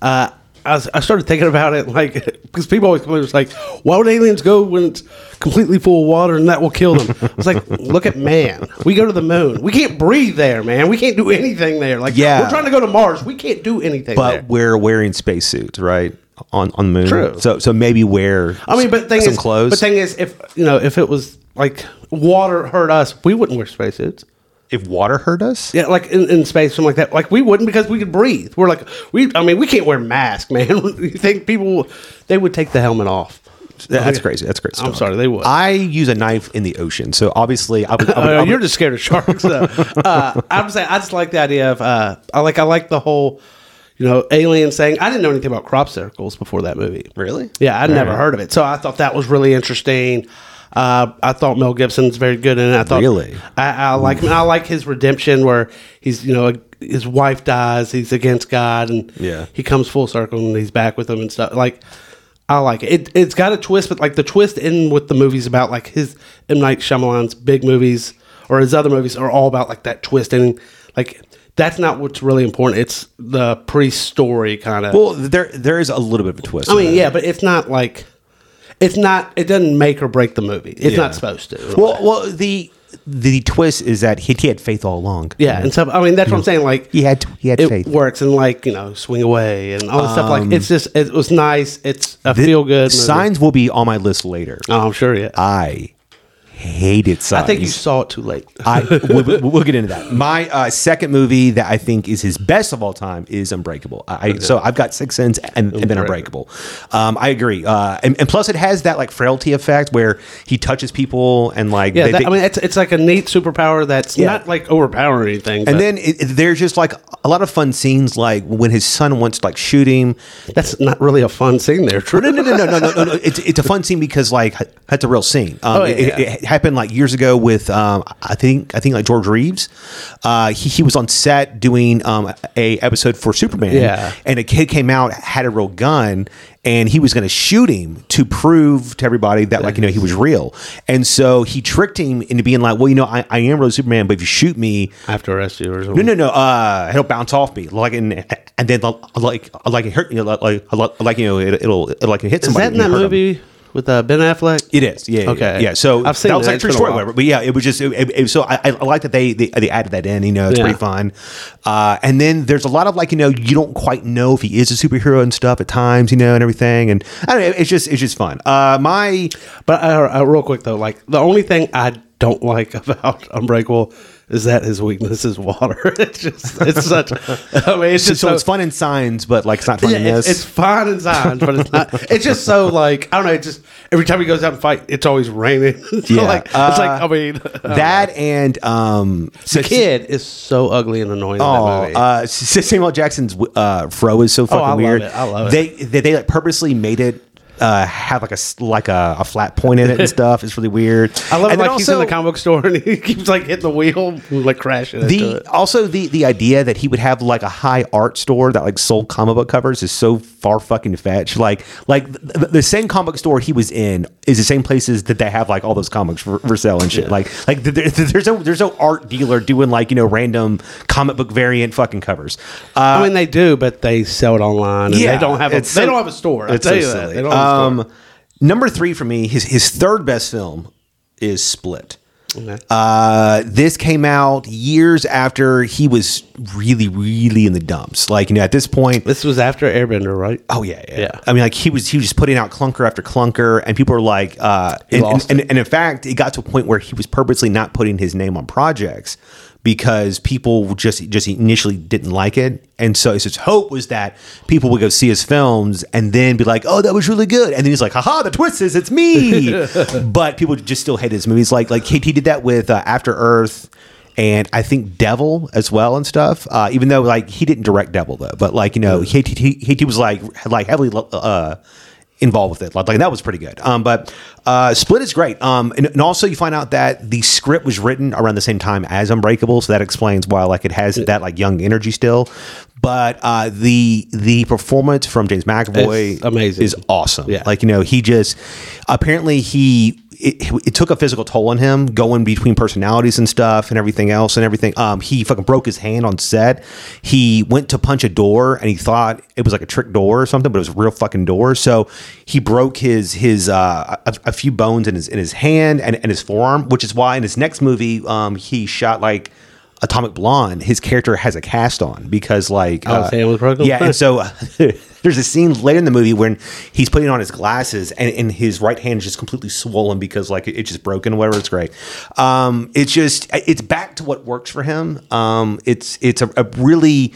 Speaker 2: Uh, I, was- I started thinking about it like because people always complain it's like why would aliens go when it's completely full of water and that will kill them. I was like, look at man, we go to the moon, we can't breathe there, man, we can't do anything there. Like
Speaker 1: Yeah.
Speaker 2: we're trying to go to Mars, we can't do anything.
Speaker 1: but
Speaker 2: there.
Speaker 1: we're wearing spacesuits, right? On on the moon.
Speaker 2: True.
Speaker 1: So so maybe wear.
Speaker 2: I mean, but thing
Speaker 1: some
Speaker 2: is,
Speaker 1: clothes.
Speaker 2: But thing is, if you know, if it was like water hurt us, we wouldn't wear spacesuits.
Speaker 1: if water hurt us,
Speaker 2: Yeah, like in, in space, something like that. Like we wouldn't because we could breathe. We're like we. I mean, we can't wear masks, man. you think people they would take the helmet off?
Speaker 1: That- that's
Speaker 2: Okay.
Speaker 1: crazy. That's crazy.
Speaker 2: I'm sorry, they would.
Speaker 1: I use a knife in the ocean, so obviously I would. I
Speaker 2: Oh,
Speaker 1: would,
Speaker 2: no,
Speaker 1: I would-
Speaker 2: you're just scared of sharks. Though. uh, I'm saying I just like the idea of uh, I like I like the whole you know alien saying I didn't know anything about crop circles before that movie.
Speaker 1: Really?
Speaker 2: Yeah, I'd never
Speaker 1: Alright.
Speaker 2: heard of it. So I thought that was really interesting. Uh, I thought Mel Gibson's very good in it. I thought
Speaker 1: Really?
Speaker 2: I, I like him. I like his redemption where he's you know his wife dies, he's against God, and
Speaker 1: Yeah.
Speaker 2: he comes full circle and he's back with them and stuff. Like I like it. it. It's got a twist, but like the twist in with the movies about like his M Night Shyamalan's big movies or his other movies are all about like that twist and like that's not what's really important. It's the pre-story kind of.
Speaker 1: well, there there is a little bit of a twist.
Speaker 2: I
Speaker 1: in
Speaker 2: mean,
Speaker 1: that.
Speaker 2: yeah, but it's not like it's not. It doesn't make or break the movie. It's not supposed to.
Speaker 1: Well, well, the the twist is that he, he had faith all along.
Speaker 2: Yeah, and stuff. I mean, that's what I'm saying. Like,
Speaker 1: He had he had
Speaker 2: it
Speaker 1: faith.
Speaker 2: works, and like you know, swing away and all that stuff. Like,
Speaker 1: Um,
Speaker 2: it's just it was nice. It's a
Speaker 1: Thi-
Speaker 2: feel good
Speaker 1: Signs will be on my list later.
Speaker 2: Oh, I'm sure. Yeah,
Speaker 1: I hated signs.
Speaker 2: I think you saw it too late.
Speaker 1: I we'll, we'll- we'll get into that. My uh, second movie that I think is his best of all time is Unbreakable. I, I so I've got Six Sense and, and then Unbreakable. Um, I agree, uh, and, and plus it has that like frailty effect where he touches people and like
Speaker 2: yeah,
Speaker 1: they-
Speaker 2: that,
Speaker 1: they-
Speaker 2: I mean, it's it's like a neat superpower that's
Speaker 1: Yeah.
Speaker 2: not like overpowering or anything.
Speaker 1: and
Speaker 2: but
Speaker 1: then it, it- there's just like a lot of fun scenes like when his son wants to like shoot him.
Speaker 2: that's not really a fun scene there. True.
Speaker 1: No, no, no, no, no, no, no, no. It's it's a fun scene because like that's a real scene. Um,
Speaker 2: Oh, yeah,
Speaker 1: it, it-
Speaker 2: yeah.
Speaker 1: it happened like years ago with um, I think I think like George Reeves. Uh, he, he was on set doing um, a episode for Superman.
Speaker 2: Yeah.
Speaker 1: and a kid came out had a real gun and he was going to shoot him to prove to everybody that like you know he was real. And so he tricked him into being like, well, you know, I, I am really Superman, but if you shoot me,
Speaker 2: I have to arrest you or something.
Speaker 1: no, no, no. Uh, it'll bounce off me, like and and then like like it hurt you, know, like like like you know it, it'll it'll like it hit
Speaker 2: Is
Speaker 1: somebody.
Speaker 2: that
Speaker 1: and
Speaker 2: in that
Speaker 1: hurt 'em.
Speaker 2: movie with uh, Ben Affleck?
Speaker 1: It is, yeah, yeah,
Speaker 2: Okay.
Speaker 1: yeah. yeah. So
Speaker 2: I've seen
Speaker 1: that was
Speaker 2: it.
Speaker 1: like
Speaker 2: It's
Speaker 1: true
Speaker 2: been a
Speaker 1: story,
Speaker 2: while.
Speaker 1: whatever. But yeah, it was just it, it- it- so I, I like that they, they they added that in. You know, it's
Speaker 2: Yeah.
Speaker 1: pretty fun. Uh, and then there's a lot of like you know you don't quite know if he is a superhero and stuff at times, you know, and everything. And I don't know, it's just it's just fun. Uh, my
Speaker 2: But I, I, real quick though, like the only thing I don't like about Unbreakable is that his weakness is water. it's just it's such. I mean, it's
Speaker 1: so,
Speaker 2: just so,
Speaker 1: it's fun in signs, but like it's not fun
Speaker 2: Yeah,
Speaker 1: in
Speaker 2: it's,
Speaker 1: this.
Speaker 2: it's fine in signs, but it's not. It's just so like I don't know. It just every time he goes out and fight, it's always raining. so
Speaker 1: Yeah.
Speaker 2: like, it's like I mean,
Speaker 1: that and um,
Speaker 2: oh, the kid is so ugly and annoying. in that
Speaker 1: Oh,
Speaker 2: movie. Oh,
Speaker 1: uh, S- Samuel L. Jackson's uh, fro is so fucking
Speaker 2: I love
Speaker 1: weird.
Speaker 2: it. I love it.
Speaker 1: They they, they like purposely made it uh, have like a s- like a, a flat point in it and stuff. It's really weird.
Speaker 2: I love
Speaker 1: and
Speaker 2: it,
Speaker 1: then
Speaker 2: like he's in the comic book store and he keeps like hitting the wheel, and, like crashing into
Speaker 1: The
Speaker 2: it.
Speaker 1: also the the idea that he would have like a high art store that like sold comic book covers is so far fucking fetched. Like like the, the same comic book store he was in is the same places that they have like all those comics for, for sale and shit. Like like there, there's no there's no art dealer doing like you know random comic book variant fucking covers. Uh,
Speaker 2: I mean, they do, but they sell it online. And
Speaker 1: Yeah,
Speaker 2: they don't have a,
Speaker 1: it's so-
Speaker 2: they don't have a store. I
Speaker 1: it's
Speaker 2: tell
Speaker 1: so
Speaker 2: you that.
Speaker 1: silly.
Speaker 2: They don't have a store.
Speaker 1: Um, number three for me, his his third best film is Split.
Speaker 2: Okay.
Speaker 1: Uh, this came out years after he was really, really in the dumps. Like you know, at this point,
Speaker 2: This was after Airbender, right?
Speaker 1: Oh yeah, yeah,
Speaker 2: Yeah.
Speaker 1: I mean, like he was he was just putting out clunker after clunker, and people were like, uh, and,
Speaker 2: lost
Speaker 1: and, and, in fact, it got to a point where he was purposely not putting his name on projects because people just just initially didn't like it, and so his hope was that people would go see his films and then be like, oh, that was really good, and then he's like, haha, the twist is it's me, but people just still hate his movies. Like like he, he did that with uh, After Earth and I think Devil as well and stuff. Uh, even though like he didn't direct Devil though, but like you know he he, he, he was like like heavily uh, involved with it. Like, like, that was pretty good. Um, but uh, Split is great. Um, and, and also you find out that the script was written around the same time as Unbreakable, so that explains why like it has that like young energy still. But uh, the the performance from James McAvoy
Speaker 2: It's amazing.
Speaker 1: is awesome.
Speaker 2: Yeah.
Speaker 1: Like, you know, he just apparently he it, it took a physical toll on him going between personalities and stuff and everything else and everything. Um, he fucking broke his hand on set. He went to punch a door and he thought it was like a trick door or something, but it was a real fucking door. So he broke his his uh, a, a few bones in his in his hand and, and his forearm, which is why in his next movie um, he shot like Atomic Blonde. His character has a cast on because like uh,
Speaker 2: Oh, his hand was broken?
Speaker 1: Yeah, and so so uh, there's a scene later in the movie when he's putting on his glasses and, and his right hand is just completely swollen because like it- it's just broken, whatever. It's great. Um, it's just it's back to what works for him. Um, it's it's a, a really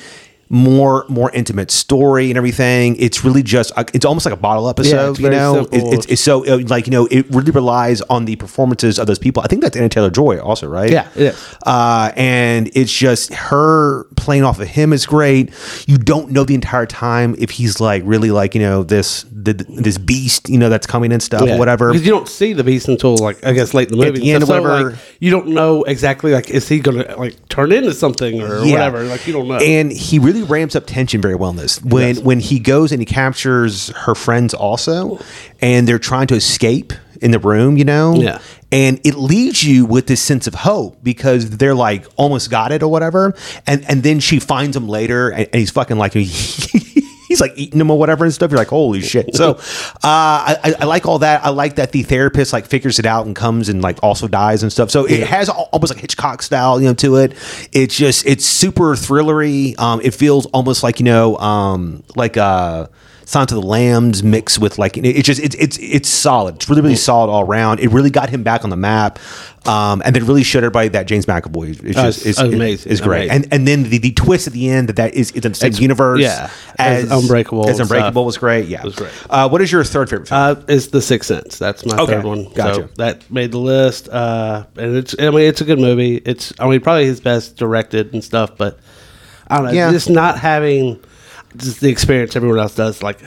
Speaker 1: more more intimate story and everything. It's really just a, it's almost like a bottle episode.
Speaker 2: Yeah, it's
Speaker 1: you
Speaker 2: very
Speaker 1: know, it,
Speaker 2: simple.
Speaker 1: it's, it's so uh, like you know it really relies on the performances of those people. I think that's Anna Taylor Joy also, right?
Speaker 2: Yeah, it is.
Speaker 1: Uh, and it's just her playing off of him is great. You don't know the entire time if he's like really like you know this the, this beast you know that's coming and stuff
Speaker 2: Yeah.
Speaker 1: whatever.
Speaker 2: Because you don't see the beast until like I guess late in the movie.
Speaker 1: At the end
Speaker 2: So,
Speaker 1: or
Speaker 2: so,
Speaker 1: whatever.
Speaker 2: like, you don't know exactly like is he gonna like turn into something or
Speaker 1: Yeah.
Speaker 2: whatever. Like you don't know.
Speaker 1: And he really ramps up tension very well in this. When when he goes and he captures her friends also, and they're trying to escape in the room, you know.
Speaker 2: Yeah.
Speaker 1: And it leaves you with this sense of hope because they're like almost got it or whatever, and and then she finds him later, and, and he's fucking like. he's like eating them or whatever and stuff. You're like, holy shit. So uh, I, I- I like all that. I like that the therapist like figures it out and comes and like also dies and stuff. So it has al- almost like Hitchcock style, you know, to it. It's just it's super thrillery. Um, it feels almost like you know, um, like uh, Sound to the Lambs mixed with like it- it's just it's it's it's solid. It's
Speaker 2: Mm-hmm.
Speaker 1: really really solid all around. It really got him back on the map, um, and then really showed everybody that James McAvoy is
Speaker 2: Oh,
Speaker 1: just is is-
Speaker 2: it's amazing,
Speaker 1: is great.
Speaker 2: amazing.
Speaker 1: And and then the, the twist at the end that that is it's the same universe.
Speaker 2: yeah, as Unbreakable
Speaker 1: As
Speaker 2: and
Speaker 1: Unbreakable
Speaker 2: stuff.
Speaker 1: was great. Yeah,
Speaker 2: was great.
Speaker 1: Uh, what is your third favorite film?
Speaker 2: Uh, it's the Sixth Sense. That's my
Speaker 1: Okay,
Speaker 2: third one.
Speaker 1: gotcha.
Speaker 2: So that made the list. Uh, and it's I mean it's a good movie. It's I mean probably his best directed and stuff. But I don't know.
Speaker 1: Yeah.
Speaker 2: Just not having just the experience everyone else does. Like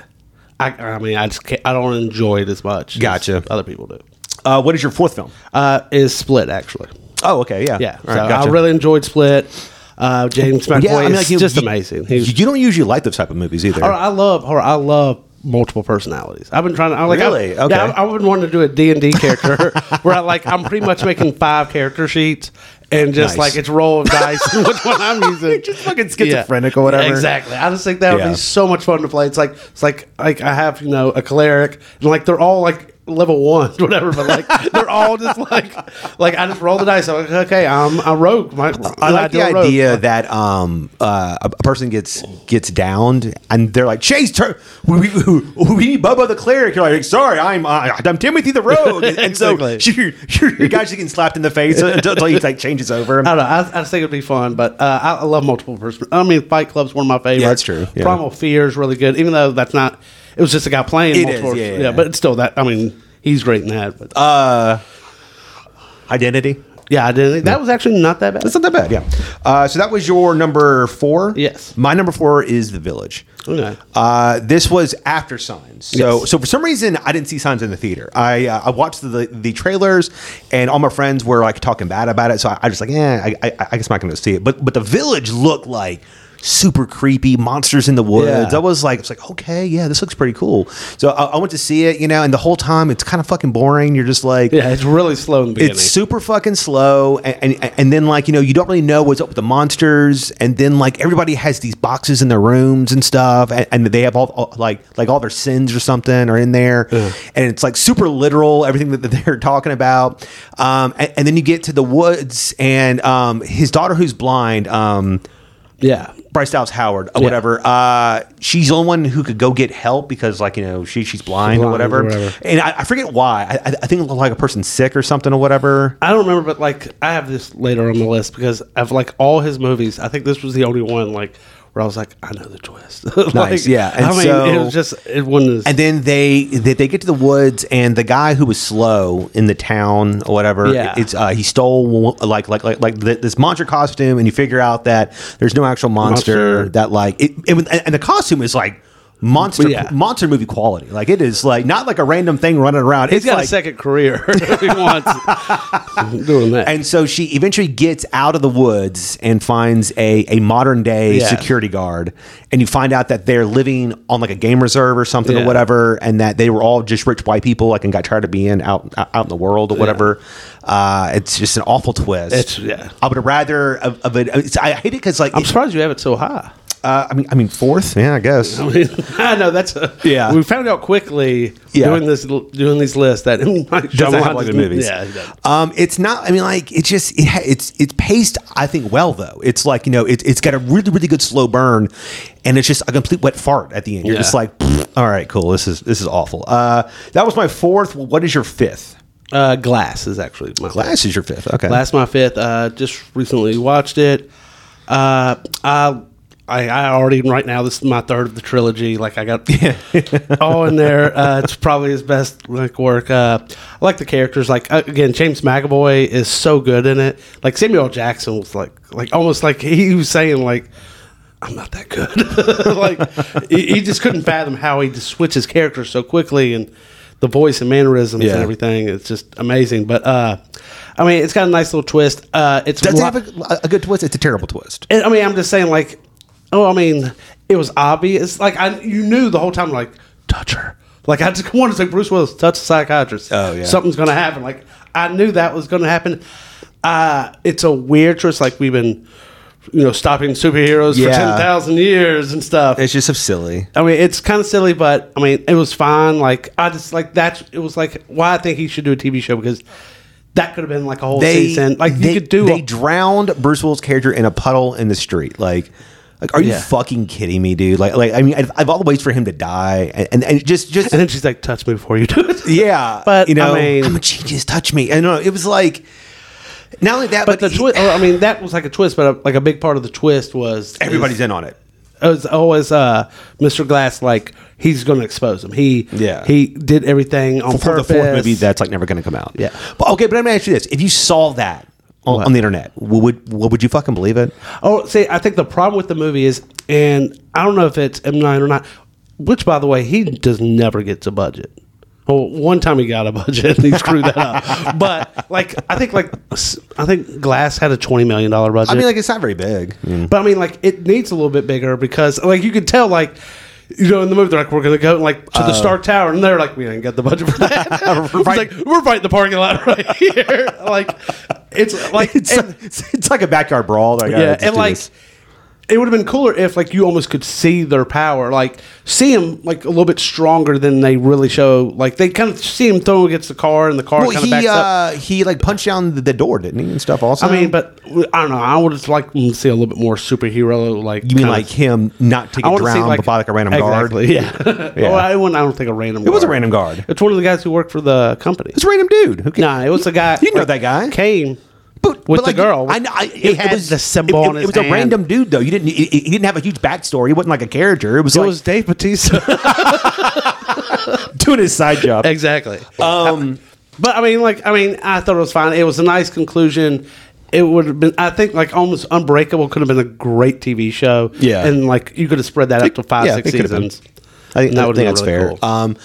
Speaker 2: I, I mean I just can't, I don't enjoy it as much. as
Speaker 1: Gotcha.
Speaker 2: other people do.
Speaker 1: Uh, what is your fourth film?
Speaker 2: Uh, is Split actually?
Speaker 1: Oh, okay, yeah,
Speaker 2: Yeah.
Speaker 1: All
Speaker 2: so
Speaker 1: right, gotcha.
Speaker 2: I really enjoyed Split. Uh, James McAvoy is just amazing. He's
Speaker 1: you don't usually like those type of movies either.
Speaker 2: Or I love horror. I love multiple personalities. I've been trying to. I'm like,
Speaker 1: Really?
Speaker 2: I,
Speaker 1: Okay.
Speaker 2: Yeah, I, I've been wanting to do a D and D character where I like I'm pretty much making five character sheets and just
Speaker 1: Nice.
Speaker 2: like it's roll of dice and which one I'm using.
Speaker 1: just fucking
Speaker 2: Yeah.
Speaker 1: schizophrenic or whatever.
Speaker 2: Yeah, exactly. I just think that would
Speaker 1: Yeah.
Speaker 2: be so much fun to play. It's like it's like like I have you know a cleric and like they're all like level one whatever, but like they're all just like like I just roll the dice. I'm like okay, I'm a rogue. My,
Speaker 1: I like
Speaker 2: do
Speaker 1: the
Speaker 2: a rogue.
Speaker 1: idea that um, uh, a a person gets gets downed and they're like Chase, turn, we, we, we we need Bubba the cleric. You're like, sorry, I'm uh, I'm Timothy the rogue, and, and
Speaker 2: Exactly.
Speaker 1: so your your your guy's just getting slapped in the face until until he like changes over.
Speaker 2: I don't know. I, I just think it'd be fun, but uh, I, I love multiple person. I mean, Fight Club's one of my favorites.
Speaker 1: that's true, yeah.
Speaker 2: Primal Fear is really good, even though that's not. It was just a guy playing.
Speaker 1: It
Speaker 2: multiple
Speaker 1: is, yeah,
Speaker 2: person-
Speaker 1: yeah. Uh,
Speaker 2: but it's still that. I mean, he's great in that. But
Speaker 1: Identity.
Speaker 2: yeah, I didn't. That was actually not that bad.
Speaker 1: That's not that bad. Yeah. Uh, so that was your number four.
Speaker 2: Yes.
Speaker 1: My number four is The Village.
Speaker 2: Okay.
Speaker 1: Uh, this was after Signs. So,
Speaker 2: Yes.
Speaker 1: so for some reason, I didn't see Signs in the theater. I uh, I watched the the trailers, and all my friends were like talking bad about it. So I, I just like, eh, I, I, I guess I'm not going to see it. But but The Village looked like super creepy monsters in the woods.
Speaker 2: Yeah.
Speaker 1: I was like, it's like okay, yeah, this looks pretty cool. So I, I went to see it, you know, and the whole time it's kind of fucking boring. You're just like,
Speaker 2: yeah, it's really slow in the beginning.
Speaker 1: it's super fucking slow, and, and and then like you know you don't really know what's up with the monsters, and then like everybody has these boxes in their rooms and stuff, and, and they have all, all- like like all their sins or something are in there, and it's like super literal everything that, that they're talking about, um, and, and then you get to the woods, and um, his daughter who's blind, um,
Speaker 2: yeah.
Speaker 1: Bryce Dallas Howard or
Speaker 2: Yeah.
Speaker 1: whatever. Uh, she's the only one who could go get help because, like, you know, she she's blind, or
Speaker 2: blind or
Speaker 1: whatever.
Speaker 2: whatever.
Speaker 1: And I, I forget why. I, I- I think it looked like a person sick or something or whatever.
Speaker 2: I don't remember, but like I have this later on the list because of like all his movies. I think this was the only one like where I was like, I know the twist. Like,
Speaker 1: Nice, yeah, and
Speaker 2: I mean, it
Speaker 1: so-
Speaker 2: was just it wasn't.
Speaker 1: And then they, they they get to the woods, and the guy who was slow in the town or whatever,
Speaker 2: Yeah.
Speaker 1: it's uh, he stole one- like like like like th- this monster costume, and you figure out that there's no actual monster,
Speaker 2: Monster.
Speaker 1: that like it, it was- and, and the costume is like monster
Speaker 2: Yeah.
Speaker 1: monster movie quality. Like it is like not like a random thing running around.
Speaker 2: He's got
Speaker 1: like,
Speaker 2: a second career if he wants doing that.
Speaker 1: And so she eventually gets out of the woods and finds a, a modern day
Speaker 2: Yeah.
Speaker 1: security guard. And you find out that they're living on like a game reserve or something or
Speaker 2: Yeah.
Speaker 1: whatever, and that they were all just rich white people, like and got tired of being out out in the world or whatever. Uh, it's just an awful twist.
Speaker 2: It's- yeah.
Speaker 1: I would rather of, of it. It's, I hate it because like
Speaker 2: I'm surprised you have it so high.
Speaker 1: uh, I mean I mean fourth. Yeah, I guess.
Speaker 2: I mean, I know that's a,
Speaker 1: Yeah.
Speaker 2: We found out quickly
Speaker 1: Yeah.
Speaker 2: doing this doing these lists that M. Night
Speaker 1: doesn't have
Speaker 2: Shyamalan
Speaker 1: like the
Speaker 2: doesn't-
Speaker 1: movies.
Speaker 2: Yeah, he doesn't.
Speaker 1: um, it's not. I mean, like it's just it ha- it's it's paced. I think well though. It's like you know it, it's got a really really good slow burn, and it's just a complete wet fart at the end. You're
Speaker 2: Yeah.
Speaker 1: just like, "Pfft, all right, cool. This is this is awful. Uh, that was my fourth. What is your fifth?
Speaker 2: Uh, Glass is actually my
Speaker 1: Glass is your fifth. Okay.
Speaker 2: Glass my fifth. Uh, just recently watched it. Uh, I. I, I already right now this is my third of the trilogy like I got all in there uh, it's probably his best like work uh, I like the characters like uh, again James McAvoy is so good in it like Samuel L. Jackson was like like almost like he was saying like I'm not that good. like he, he just couldn't fathom how he just switches characters so quickly and the voice and mannerisms
Speaker 1: Yeah.
Speaker 2: and everything. It's just amazing. But uh, I mean, it's got a nice little twist. Uh, it's
Speaker 1: Does it
Speaker 2: lo-
Speaker 1: have a, a good twist? It's a terrible twist.
Speaker 2: and, I mean, I'm just saying, like, oh, I mean, it was obvious. Like, I you knew the whole time, like, touch her. Like, I just wanted to say, Bruce Willis, touch the psychiatrist.
Speaker 1: Oh, yeah.
Speaker 2: Something's going to happen. Like, I knew that was going to happen. Uh, it's a weird choice. Like, we've been you know, stopping superheroes for
Speaker 1: Yeah.
Speaker 2: 10,000 years and stuff.
Speaker 1: It's just so silly.
Speaker 2: I mean, it's kind of silly, but I mean, it was fine. Like, I just like that's it was like why I think he should do a TV show because that could have been like a whole season. Like,
Speaker 1: they,
Speaker 2: you could do
Speaker 1: They
Speaker 2: a-
Speaker 1: drowned Bruce Willis' character in a puddle in the street. Like, like, are
Speaker 2: Yeah.
Speaker 1: you fucking kidding me, dude? Like, like I mean, I've, I've all the ways for him to die, and and, and just just
Speaker 2: and then she's like, touch me before you do it.
Speaker 1: yeah,
Speaker 2: But,
Speaker 1: you know,
Speaker 2: I mean-
Speaker 1: I'm gonna change his touch me. And no, it was like not only that,
Speaker 2: But
Speaker 1: but,
Speaker 2: the
Speaker 1: he-
Speaker 2: twist, I mean, that was like a twist, but uh like a big part of the twist was
Speaker 1: everybody's in on it.
Speaker 2: it was always uh, Mr. Glass like he's going to expose him. He
Speaker 1: Yeah.
Speaker 2: he did everything on
Speaker 1: for the
Speaker 2: purpose.
Speaker 1: fourth movie that's like never going to come out.
Speaker 2: Yeah.
Speaker 1: But okay, but let me ask you this: If you saw that on,
Speaker 2: What?
Speaker 1: on the internet, what would what would you fucking believe it?
Speaker 2: Oh, see, I think the problem with the movie is, and I don't know if it's M nine or not. Which, by the way, he does never gets a budget. Well, one time he got a budget and he screwed that up. But like, I think like s- I think Glass had a twenty million dollar budget.
Speaker 1: I mean, like it's not very big.
Speaker 2: But I mean, like, it needs a little bit bigger because, like, you could tell, like, you know, in the movie, they're like, we're going to go, like,
Speaker 1: Uh.
Speaker 2: to the Star Tower. And they're like, we ain't got the budget for that. It's like, we're fighting the parking lot right here. like, it's like,
Speaker 1: It's,
Speaker 2: and-
Speaker 1: it's, it's like a backyard brawl. Like,
Speaker 2: yeah, and like, it would have been cooler if, like, you almost could see their power. Like, see them, like, a little bit stronger than they really show. Like, they kind of see him throwing against the car, and the car
Speaker 1: well,
Speaker 2: kind of backs
Speaker 1: he
Speaker 2: up.
Speaker 1: uh, he like punched down the, the door, didn't he, and stuff. Also,
Speaker 2: I mean, but I don't know. I would just like to see a little bit more superhero, like
Speaker 1: you mean
Speaker 2: kinda-
Speaker 1: like him not to
Speaker 2: I
Speaker 1: get
Speaker 2: want to see
Speaker 1: drowned
Speaker 2: like,
Speaker 1: by like a random guard?
Speaker 2: exactly, Yeah.
Speaker 1: Yeah.
Speaker 2: well, I, wouldn't- I don't think a random.
Speaker 1: It was a random guard.
Speaker 2: It's one of the guys who worked for the company.
Speaker 1: It's a random dude. Who
Speaker 2: Nah, it was a guy.
Speaker 1: You know that guy.
Speaker 2: came
Speaker 1: But, but,
Speaker 2: with the
Speaker 1: like,
Speaker 2: girl.
Speaker 1: I, know- I,
Speaker 2: He had the symbol
Speaker 1: It,
Speaker 2: on
Speaker 1: it, it
Speaker 2: his
Speaker 1: was
Speaker 2: hand.
Speaker 1: a random dude, though. You didn't. He, he didn't have a huge backstory. He wasn't like a character. It was
Speaker 2: It
Speaker 1: like
Speaker 2: was Dave Batista.
Speaker 1: doing his side job.
Speaker 2: exactly. Um, but I mean, like, I mean, I thought it was fine. It was a nice conclusion. It would have been, I think, like almost Unbreakable could have been a great TV show.
Speaker 1: Yeah.
Speaker 2: and like you could have spread that up to five,
Speaker 1: yeah,
Speaker 2: six
Speaker 1: it could have been.
Speaker 2: seasons.
Speaker 1: I think,
Speaker 2: And that
Speaker 1: I
Speaker 2: would've
Speaker 1: think
Speaker 2: been
Speaker 1: that's
Speaker 2: really
Speaker 1: fair. Um,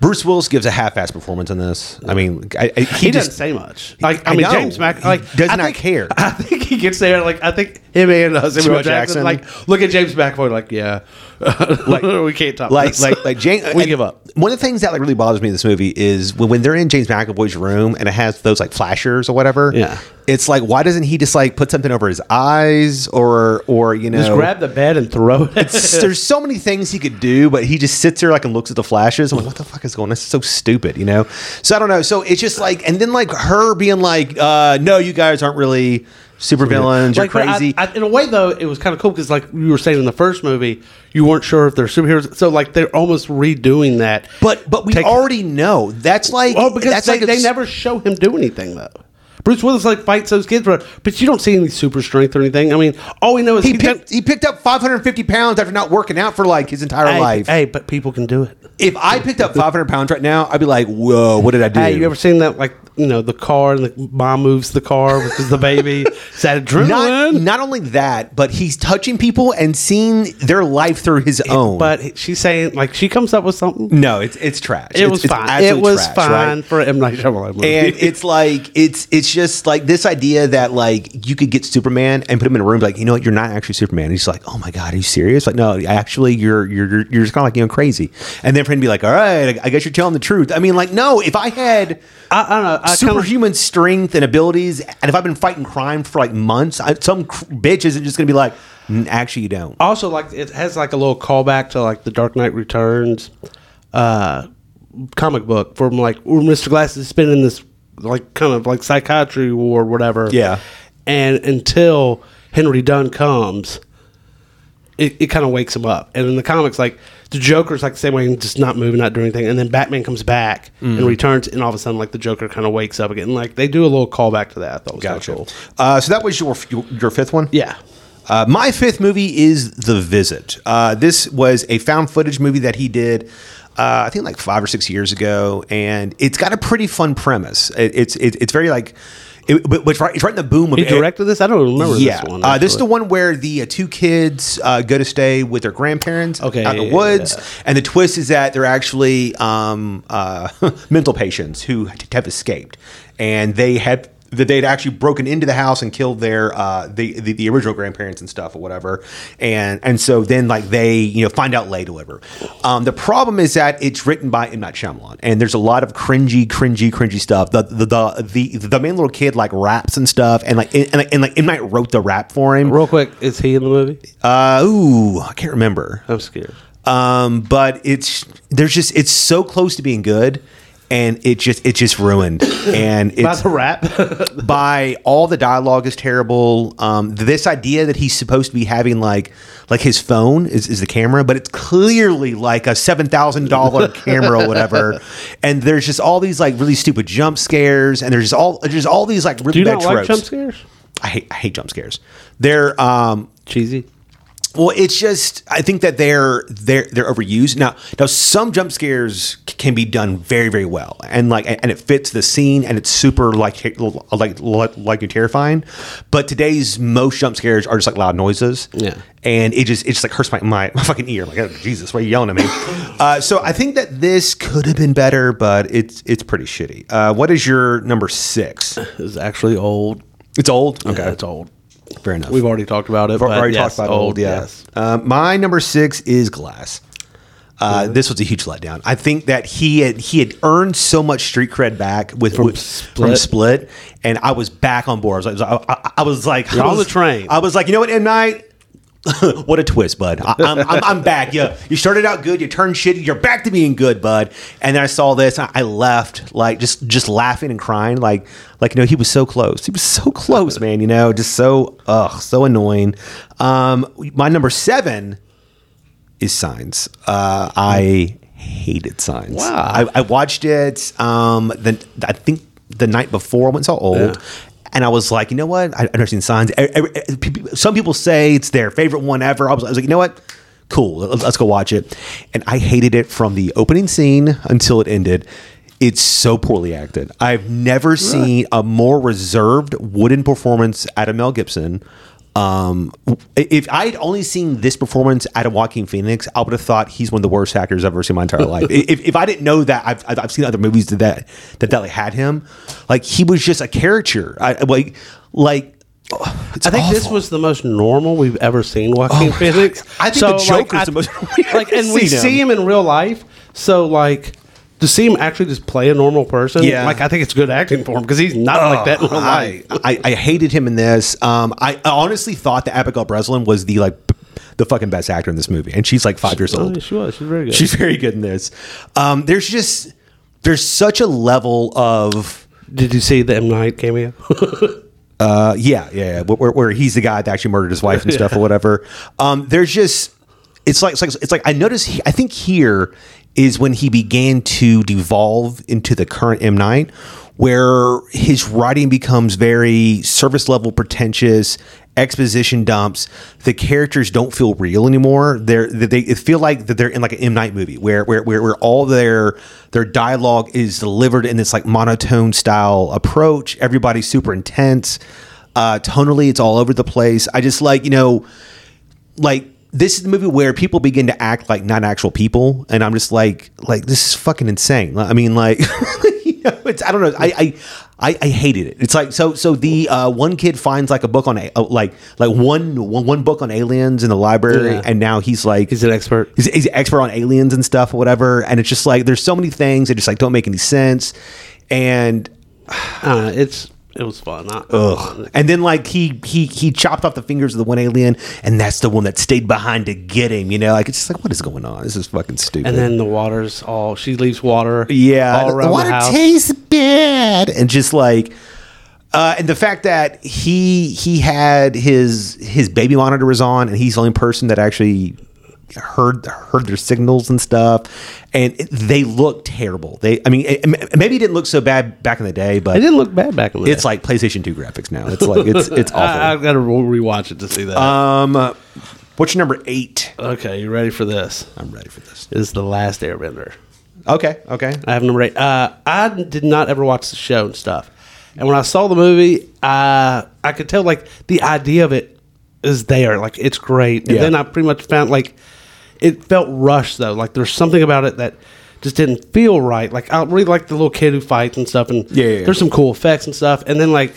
Speaker 1: Bruce Willis gives a half-ass performance in this. I mean, I, I,
Speaker 2: he,
Speaker 1: he, just
Speaker 2: doesn't say much. Like I,
Speaker 1: I
Speaker 2: mean,
Speaker 1: know.
Speaker 2: James Mac
Speaker 1: He
Speaker 2: like
Speaker 1: does
Speaker 2: I
Speaker 1: not
Speaker 2: think-
Speaker 1: care.
Speaker 2: I think he gets there. Like I think him and us, Samuel
Speaker 1: Samuel Jackson.
Speaker 2: Jackson, Like look at James McAvoy. Like yeah, like we can't talk.
Speaker 1: like
Speaker 2: this.
Speaker 1: like like James.
Speaker 2: we
Speaker 1: and
Speaker 2: give up.
Speaker 1: One of the things that like really bothers me in this movie is when, when they're in James McAvoy's room and it has those like flashers or whatever.
Speaker 2: Yeah.
Speaker 1: it's like why doesn't he just like put something over his eyes or or you know
Speaker 2: Just grab the bed and throw it.
Speaker 1: S- there's so many things he could do, but he just sits there like and looks at the flashes. I'm like, what the fuck is going? That's so stupid, you know. So I don't know. So it's just like, and then like her being like, uh, no, you guys aren't really supervillains. You're
Speaker 2: Like, but I-
Speaker 1: crazy.
Speaker 2: I- in a way, though, it was kind of cool because, like you were saying in the first movie, you weren't sure if they're superheroes. So, like, they're almost redoing that.
Speaker 1: but but we
Speaker 2: Take-
Speaker 1: already know that's like
Speaker 2: Oh, because
Speaker 1: that's
Speaker 2: they,
Speaker 1: like a
Speaker 2: they
Speaker 1: s-
Speaker 2: never show him do anything though. Bruce Willis like fights those kids, but but you don't see any super strength or anything. I mean, all we know is
Speaker 1: he
Speaker 2: he's got-
Speaker 1: picked he picked up 550 pounds after not working out for like his entire
Speaker 2: hey,
Speaker 1: life.
Speaker 2: Hey, but people can do it.
Speaker 1: If I picked up 500 pounds right now, I'd be like, whoa, what did I do?
Speaker 2: Hey, you ever seen that? Like you know, the car and the mom moves the car because the baby. Is that
Speaker 1: not,
Speaker 2: adrenaline?
Speaker 1: not only that, but he's touching people and seeing their life through his own.
Speaker 2: But she's saying like she comes up with something.
Speaker 1: No, it's it's trash.
Speaker 2: It was fine. It was fine for an M Night Shyamalan movie.
Speaker 1: And it's like it's it's just like this idea that like you could get Superman and put him in a room like you know what you're not actually Superman. And he's like, oh my god, are you serious? Like no, actually you're you're you're- you're just kind of like you know crazy. And then for him to be like, all right, I, I guess you're telling the truth. I mean, like no, if I had
Speaker 2: I, I don't know. I kinda-
Speaker 1: superhuman strength and abilities, and if I've been fighting crime for like months, I, some cr- bitch isn't just gonna be like, "Mm, actually you don't.
Speaker 2: also like it has like a little callback to like the Dark Knight Returns uh comic book from like where Mr. Glass is spinning this like kind of like psychiatry ward whatever.
Speaker 1: Yeah.
Speaker 2: And until Henry Dunn comes, it, it kind of wakes him up. And in the comics, like the Joker's like the same way, just not moving, not doing anything. And then Batman comes back
Speaker 1: Mm.
Speaker 2: and returns, and all of a sudden, like the Joker kind of wakes up again. Like they do a little callback to that. I thought was gotcha. cool.
Speaker 1: Uh, so that was your your, your fifth one.
Speaker 2: Yeah.
Speaker 1: Uh, my fifth movie is The Visit. Uh, this was a found footage movie that he did. Uh, I think like five or six years ago, and it's got a pretty fun premise. It, it's it, it's very like, it, but, but it's, right, it's right in the boom of
Speaker 2: He directed this. I don't remember
Speaker 1: yeah,
Speaker 2: this one.
Speaker 1: uh, this is
Speaker 2: actually.
Speaker 1: the one where the uh, two kids uh, go to stay with their grandparents
Speaker 2: Okay,
Speaker 1: out in
Speaker 2: yeah,
Speaker 1: the woods,
Speaker 2: yeah.
Speaker 1: and the twist is that they're actually um, uh, mental patients who have escaped, and they have that they'd actually broken into the house and killed their uh, the, the the original grandparents and stuff or whatever, and and so then like they you know find out later whatever. Um, the problem is that it's written by M Night Shyamalan, and there's a lot of cringy, cringy, cringy stuff. The the the the, the main little kid like raps and stuff, and like and, like- and like M Night wrote the rap for him.
Speaker 2: Real quick, is he in the movie?
Speaker 1: Uh, ooh, I can't remember.
Speaker 2: I'm scared.
Speaker 1: Um, but it's there's just it's so close to being good, and it just it just ruined. And it's,
Speaker 2: That's a wrap.
Speaker 1: by all the dialogue is terrible. Um, this idea that he's supposed to be having like like his phone is, is the camera, but it's clearly like a seven thousand dollar camera or whatever. And there's just all these like really stupid jump scares, and there's just all there's just all these like really
Speaker 2: Do you
Speaker 1: bad
Speaker 2: not like
Speaker 1: tropes.
Speaker 2: jump scares?
Speaker 1: I hate I hate jump scares. They're um,
Speaker 2: Cheesy.
Speaker 1: well, it's just I think that they're they're they're overused now. Now some jump scares c- can be done very very well, and like and it fits the scene, and it's super like ter- like like, like you're terrifying. But today's most jump scares are just like loud noises,
Speaker 2: Yeah.
Speaker 1: and it just it just like hurts my my, my fucking ear. Like oh, Jesus, why are you yelling at me? uh, so I think that this could have been better, but it's it's pretty shitty. Uh, what is your number six?
Speaker 2: It's actually old.
Speaker 1: It's old.
Speaker 2: Okay, it's old.
Speaker 1: fair enough.
Speaker 2: We've already talked about it.
Speaker 1: We've
Speaker 2: but
Speaker 1: already
Speaker 2: yes,
Speaker 1: talked about old, yeah. Uh, my number six is Glass. Uh, This was a huge letdown. I think that he had he had earned so much street cred back with with- from, Split.
Speaker 2: Split.
Speaker 1: and I was back on board. I was like, I, I- I was like, I
Speaker 2: on
Speaker 1: was-
Speaker 2: the train.
Speaker 1: I was like, you know what, M Night. what a twist, bud! I, I'm, I'm, I'm back. You, you started out good, you turned shitty, you're back to being good, bud. And then I saw this, I, I left like just just laughing and crying, like like you know he was so close, he was so close, man. You know, just so ugh, so annoying. Um, my number seven is Signs. Uh, I hated Signs.
Speaker 2: Wow.
Speaker 1: I, I watched it. Um, the, I think the night before I went and saw Old. And I was like, you know what? I, I've never seen Signs. E- every- e- pe- pe- some people say it's their favorite one ever. I was, I was like, you know what? Cool. Let- Let's go watch it. And I hated it from the opening scene until it ended. It's so poorly acted. I've never seen a more reserved wooden performance out of Mel Gibson. Um, if I had only seen this performance out of Joaquin Phoenix, I would have thought he's one of the worst actors I've ever seen in my entire life. If, if I didn't know that, I've, I've I've seen other movies that that that, that like, had him, like he was just a caricature. I like like.
Speaker 2: I think this was the most normal we've ever seen Joaquin Phoenix.
Speaker 1: I think the Joker's the most- we've
Speaker 2: like,
Speaker 1: ever
Speaker 2: and we
Speaker 1: seen him.
Speaker 2: see him in real life. So like, to see him actually just play a normal person,
Speaker 1: Yeah. Oh,
Speaker 2: Like I think it's good acting for him because he's not like that in real
Speaker 1: I,
Speaker 2: life.
Speaker 1: I, I hated him in this. Um, I, I honestly thought that Abigail Breslin was the like p- the fucking best actor in this movie, and she's like five years
Speaker 2: Oh,
Speaker 1: old.
Speaker 2: yeah, she was. She's very good.
Speaker 1: She's very good in this. Um, there's just there's such a level of
Speaker 2: Did you see the M Night cameo?
Speaker 1: uh, yeah, yeah, yeah where, where he's the guy that actually murdered his wife and stuff or whatever. Um, there's just it's like it's like it's like I noticed. He, I think here is when he began to devolve into the current M Night, where his writing becomes very surface level, pretentious. Exposition dumps. The characters don't feel real anymore. They're they, they feel like that they're in like an M Night movie where where where, where all their their dialogue is delivered in this like monotone style approach. Everybody's super intense. Uh, tonally, it's all over the place. I just like you know like this is the movie where people begin to act like not actual people, and I'm just like, like this is fucking insane. Like, I mean, like, you know, it's I don't know, I. I I, I hated it. It's like so. So the uh, one kid finds like a book on a, uh, like like one one one book on aliens in the library,
Speaker 2: Yeah.
Speaker 1: and now he's like
Speaker 2: He's an expert.
Speaker 1: He's, he's an expert on aliens and stuff, or whatever. And it's just like there's so many things that just like don't make any sense. And
Speaker 2: uh, it's it was fun. I,
Speaker 1: Ugh. And then like he he he chopped off the fingers of the one alien, and that's the one that stayed behind to get him. You know, like it's just like what is going on? This is fucking stupid.
Speaker 2: And then the water's all. She leaves water.
Speaker 1: yeah,
Speaker 2: all
Speaker 1: the-
Speaker 2: around
Speaker 1: the water
Speaker 2: the house.
Speaker 1: tastes bad, and just like. Uh, and the fact that he he had his his baby monitor was on, and he's the only person that actually heard heard their signals and stuff, and it- they look terrible. They, I mean, it- it- maybe it didn't look so bad back in the day, but
Speaker 2: it didn't look bad back in the
Speaker 1: it's like PlayStation Two graphics now. It's like it's it's
Speaker 2: day.
Speaker 1: awful.
Speaker 2: I, I've got to rewatch it to see that.
Speaker 1: Um, what's your number eight?
Speaker 2: okay, you ready for this?
Speaker 1: I'm ready for this.
Speaker 2: Is the last Airbender?
Speaker 1: Okay, okay.
Speaker 2: I have number eight. Uh, I did not ever watch the show and stuff. And when I saw the movie, I I could tell like the idea of it is there, like it's great. And
Speaker 1: Yeah.
Speaker 2: then I pretty much found like it felt rushed though. Like there's something about it that just didn't feel right. Like I really like the little kid who fights and stuff, and
Speaker 1: Yeah, yeah, yeah.
Speaker 2: there's some cool effects and stuff. And then like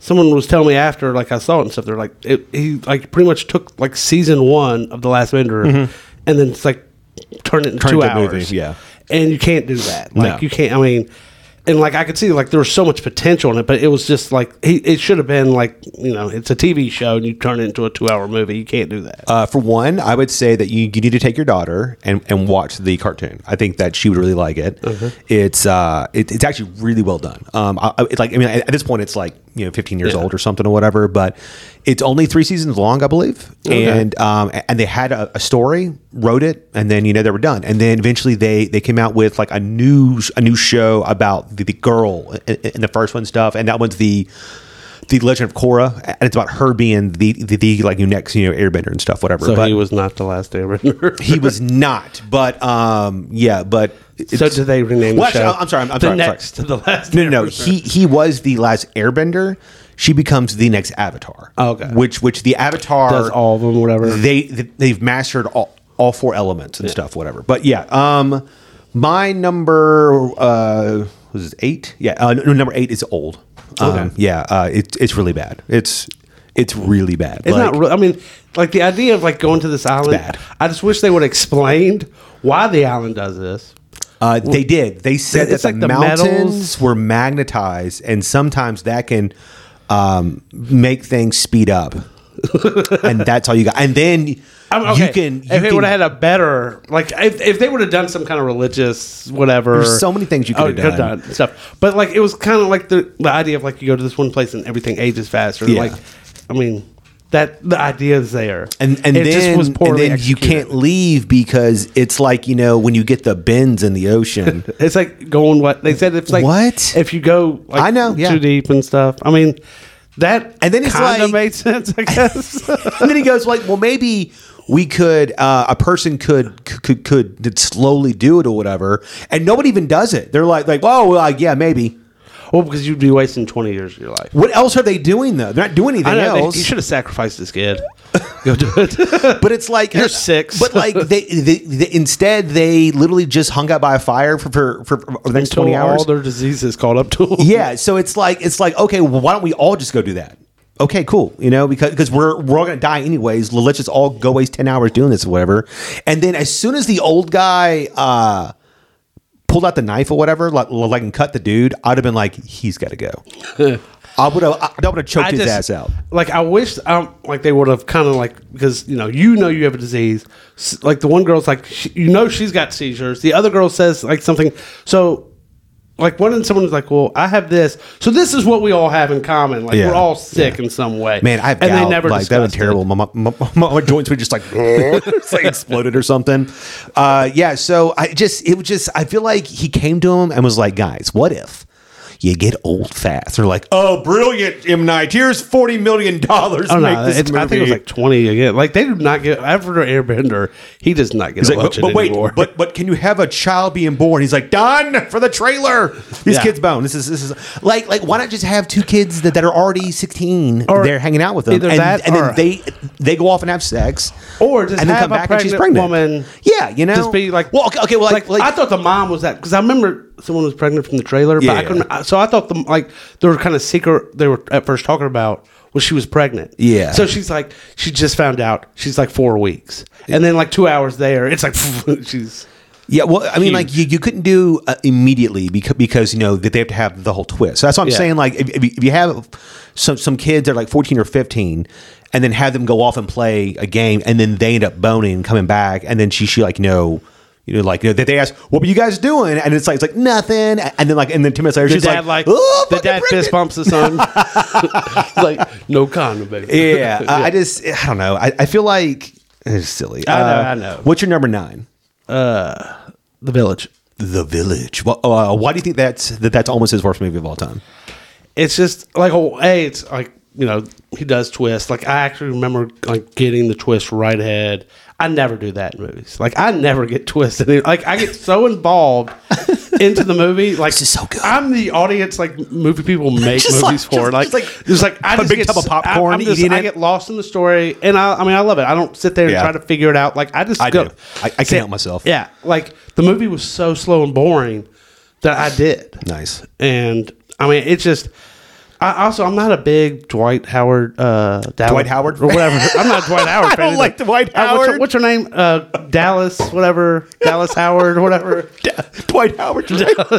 Speaker 2: someone was telling me after, like I saw it and stuff. They're like, it, he like pretty much took like season one of The Last Bender, and then it's like turn it in
Speaker 1: Turn
Speaker 2: two
Speaker 1: it to a
Speaker 2: hours.
Speaker 1: Mm-hmm. movie, yeah.
Speaker 2: and you can't do that.
Speaker 1: No.
Speaker 2: Like you can't. I mean, and like I could see like there was so much potential in it, but it was just like he, it should have been like you know it's a TV show and you turn it into a two hour movie. You can't do that.
Speaker 1: Uh, for one, I would say that you, you need to take your daughter and, and watch the cartoon. I think that she would really like it. It's uh, it, it's actually really well done. Um, I, I- it's like I mean, at at this point, it's like you know, 15 years
Speaker 2: Yeah.
Speaker 1: old or something or whatever. But it's only three seasons long, I believe.
Speaker 2: Okay.
Speaker 1: And um, a- and they had a, a story, wrote it, and then you know they were done. And then eventually they they came out with like a news a new show about the, the girl in, in the first one stuff, and that one's the the Legend of Korra, and it's about her being the the, the like your next you know Airbender and stuff, whatever.
Speaker 2: so
Speaker 1: but
Speaker 2: he was not the last day.
Speaker 1: he was not, but um, yeah, but it's-
Speaker 2: so did they rename
Speaker 1: Well,
Speaker 2: the
Speaker 1: actually,
Speaker 2: show?
Speaker 1: I'm sorry, I'm, I'm
Speaker 2: the
Speaker 1: sorry, I'm sorry.
Speaker 2: next to the last.
Speaker 1: No, no, no. He he was the last Airbender. She becomes the next Avatar.
Speaker 2: Oh, Okay.
Speaker 1: which which the Avatar
Speaker 2: Does all of them, whatever.
Speaker 1: They they've mastered all all four elements and stuff, whatever. But yeah, um, my number uh was it eight? Yeah, uh, no, number eight is old.
Speaker 2: Okay.
Speaker 1: Um, yeah, uh, it's it's really bad. It's it's really bad.
Speaker 2: It's
Speaker 1: Like-
Speaker 2: not real. I mean, like the idea of like going to this island.
Speaker 1: bad.
Speaker 2: I just wish they would have explained why the island does this.
Speaker 1: Uh, they did. They said that
Speaker 2: It's
Speaker 1: the
Speaker 2: like the
Speaker 1: mountains
Speaker 2: metals.
Speaker 1: were magnetized, and sometimes that can um, make things speed up. and that's all you got. And then
Speaker 2: I'm, okay.
Speaker 1: you can. You
Speaker 2: if they
Speaker 1: can
Speaker 2: would have had a better, like, if, if they would have done some kind of religious whatever.
Speaker 1: There's so many things you could
Speaker 2: Oh,
Speaker 1: have
Speaker 2: could've
Speaker 1: done.
Speaker 2: stuff. But like, it was kind of like the the idea of like you go to this one place and everything ages faster.
Speaker 1: Yeah.
Speaker 2: Like, I mean, that the idea is there,
Speaker 1: and and
Speaker 2: it
Speaker 1: then, and then you
Speaker 2: executed.
Speaker 1: can't leave because it's like you know when you get the bends in the ocean.
Speaker 2: It's like going what they said. It's like
Speaker 1: What?
Speaker 2: if you go. Like,
Speaker 1: I know, yeah.
Speaker 2: too deep and stuff. I mean, that
Speaker 1: And then it's
Speaker 2: kinda
Speaker 1: like-
Speaker 2: made sense. I guess.
Speaker 1: and then he goes like, "Well, maybe we could. Uh, a person could could could could slowly do it or whatever." And nobody even does it. They're like, "Like, oh, well, yeah, maybe."
Speaker 2: well, because you'd be wasting twenty years of your life.
Speaker 1: What else are they doing though? They're not doing anything
Speaker 2: I know. they-
Speaker 1: else.
Speaker 2: you should have sacrificed this kid. go do it.
Speaker 1: But it's like
Speaker 2: You're six.
Speaker 1: But like they, they, they instead they literally just hung out by a fire for for, for, for the next twenty
Speaker 2: Until
Speaker 1: hours.
Speaker 2: All their diseases caught up to. 'em.
Speaker 1: yeah, so it's like it's like okay, well, why don't we all just go do that? Okay, cool. You know because because we're we're all gonna die anyways. Let's just all go waste ten hours doing this or whatever. And then as soon as the old guy. uh Pulled out the knife or whatever, like like and cut the dude. I'd have been like, he's got to go. I would have, I would have choked
Speaker 2: I
Speaker 1: his ass
Speaker 2: just-
Speaker 1: out.
Speaker 2: Like I wish, um, like they would have kind of like because you know you know you have a disease. S- Like the one girl's like she, you know she's got seizures. The other girl says like something. So like one and someone was like, well, I have this. So this is what we all have in common. Like
Speaker 1: Yeah,
Speaker 2: we're all sick in some way.
Speaker 1: Man, I have
Speaker 2: and
Speaker 1: gout.
Speaker 2: they never
Speaker 1: like that was
Speaker 2: discussed it.
Speaker 1: terrible. My, my, my, my joints were just like, it's like exploded or something. Uh, yeah, so I just it was just I feel like he came to him and was like, guys, what if you get old fast? They're like, oh, brilliant, M Night. Here's forty million dollars.
Speaker 2: Oh,
Speaker 1: to
Speaker 2: no,
Speaker 1: make this
Speaker 2: it's-
Speaker 1: movie.
Speaker 2: I think it was like twenty again. Like they do not get after Airbender. He does not get
Speaker 1: He's
Speaker 2: a
Speaker 1: like,
Speaker 2: budget
Speaker 1: but, but wait,
Speaker 2: anymore.
Speaker 1: but but can you have a child being born? He's like, done for the trailer. These
Speaker 2: Yeah.
Speaker 1: kids bone. This is this is like like why not just have two kids that, that are already sixteen?
Speaker 2: Or
Speaker 1: they're hanging out with them,
Speaker 2: either
Speaker 1: and,
Speaker 2: that
Speaker 1: and
Speaker 2: or-
Speaker 1: then they they go off and have sex,
Speaker 2: Or just
Speaker 1: and then
Speaker 2: have
Speaker 1: come
Speaker 2: a
Speaker 1: back and she's
Speaker 2: pregnant
Speaker 1: pregnant.
Speaker 2: woman
Speaker 1: yeah, you know,
Speaker 2: just be like,
Speaker 1: well, okay, okay well, like, like,
Speaker 2: I thought the mom was that because I remember someone was pregnant from the trailer, but
Speaker 1: Yeah,
Speaker 2: I couldn't.
Speaker 1: yeah.
Speaker 2: So I thought the like they were kind of secret. They were at first talking about was she was pregnant.
Speaker 1: Yeah.
Speaker 2: So she's like, she just found out. She's like four weeks, and then like two hours there, it's like she's.
Speaker 1: Yeah, well, I mean, like you, you couldn't do uh, immediately because because you know that they have to have the whole twist. So that's what I'm
Speaker 2: Yeah.
Speaker 1: saying. Like if, if you- if you have some some kids that are like 14 or 15, and then have them go off and play a game, and then they end up boning, and coming back, and then she she like no. You know, like you know, that they ask, "What were you guys doing?" And it's like, it's like nothing. And then, like, and then two minutes later, she's like, "Oh,
Speaker 2: the
Speaker 1: fucking
Speaker 2: dad fist
Speaker 1: pregnant."
Speaker 2: bumps the son. like no condom, baby.
Speaker 1: Yeah, I- I just, I don't know. I, I feel like eh, it's silly. Uh,
Speaker 2: I know, I know. Uh,
Speaker 1: What's your number nine?
Speaker 2: The village.
Speaker 1: The Village. Well, uh, why do you think that's that that's almost his worst movie of all time?
Speaker 2: it's just like oh hey it's like you know he does twist like i actually remember like getting the twist right ahead i never do that in movies like i never get twisted like i get so involved into the movie like
Speaker 1: This is so good.
Speaker 2: i'm the audience like movie people make
Speaker 1: Just
Speaker 2: movies
Speaker 1: like-
Speaker 2: for
Speaker 1: just-
Speaker 2: like
Speaker 1: just like
Speaker 2: there's like i
Speaker 1: put a
Speaker 2: just
Speaker 1: big
Speaker 2: get
Speaker 1: tub of
Speaker 2: so- I-
Speaker 1: popcorn,
Speaker 2: I'm just-
Speaker 1: eating
Speaker 2: i
Speaker 1: it.
Speaker 2: get lost in the story and i i mean i love it i don't sit there and
Speaker 1: Yeah.
Speaker 2: try to figure it out like i just
Speaker 1: I
Speaker 2: go
Speaker 1: do. I- I can't
Speaker 2: sit-
Speaker 1: help myself.
Speaker 2: yeah like the movie was so slow and boring that i did
Speaker 1: Nice.
Speaker 2: and I mean, it's just I also, I'm not a big Dwight Howard. Uh, Dallas,
Speaker 1: Dwight Howard?
Speaker 2: or whatever. I'm not a Dwight Howard.
Speaker 1: I
Speaker 2: fan
Speaker 1: don't
Speaker 2: either.
Speaker 1: like Dwight
Speaker 2: Uh, what's her-
Speaker 1: Howard.
Speaker 2: What's her, name? Uh, Dallas, whatever. Dallas Howard, whatever.
Speaker 1: Dwight Howard. right?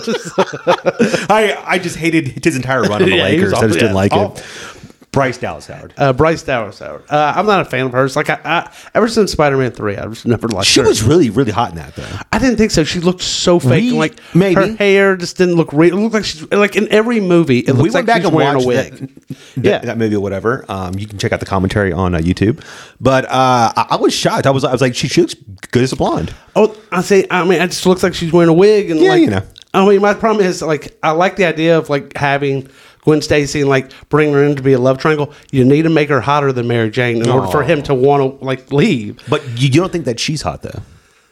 Speaker 1: I I just hated his entire run on the
Speaker 2: Yeah, he was
Speaker 1: Lakers. I just
Speaker 2: awful.
Speaker 1: didn't
Speaker 2: Yeah,
Speaker 1: like
Speaker 2: awful.
Speaker 1: it. Bryce Dallas Howard.
Speaker 2: Uh, Bryce Dallas Howard. Uh, I'm not a fan of hers. Like I, I ever since Spider Man Three, I've just never liked
Speaker 1: she
Speaker 2: her.
Speaker 1: was really really hot in that though.
Speaker 2: I didn't think so. She looked so fake.
Speaker 1: We-
Speaker 2: and like
Speaker 1: maybe.
Speaker 2: her hair just didn't look real. It looked like she's like in every movie. It looks
Speaker 1: we went
Speaker 2: like
Speaker 1: back
Speaker 2: she's
Speaker 1: and
Speaker 2: wearing
Speaker 1: watched
Speaker 2: a wig.
Speaker 1: That,
Speaker 2: Yeah.
Speaker 1: that, that movie or whatever. Um, you can check out the commentary on uh, YouTube. But uh, I, I was shocked. I was I was like, she, she looks good as a blonde.
Speaker 2: Oh, I say. I mean, it just looks like she's wearing a wig and
Speaker 1: Yeah,
Speaker 2: like
Speaker 1: you know.
Speaker 2: I mean, my problem is like I like the idea of like having Gwen Stacy and like bringing her in to be a love triangle. You need to make her hotter than Mary Jane in order for
Speaker 1: Aw.
Speaker 2: him to want to like leave.
Speaker 1: But you, you don't think that she's hot though.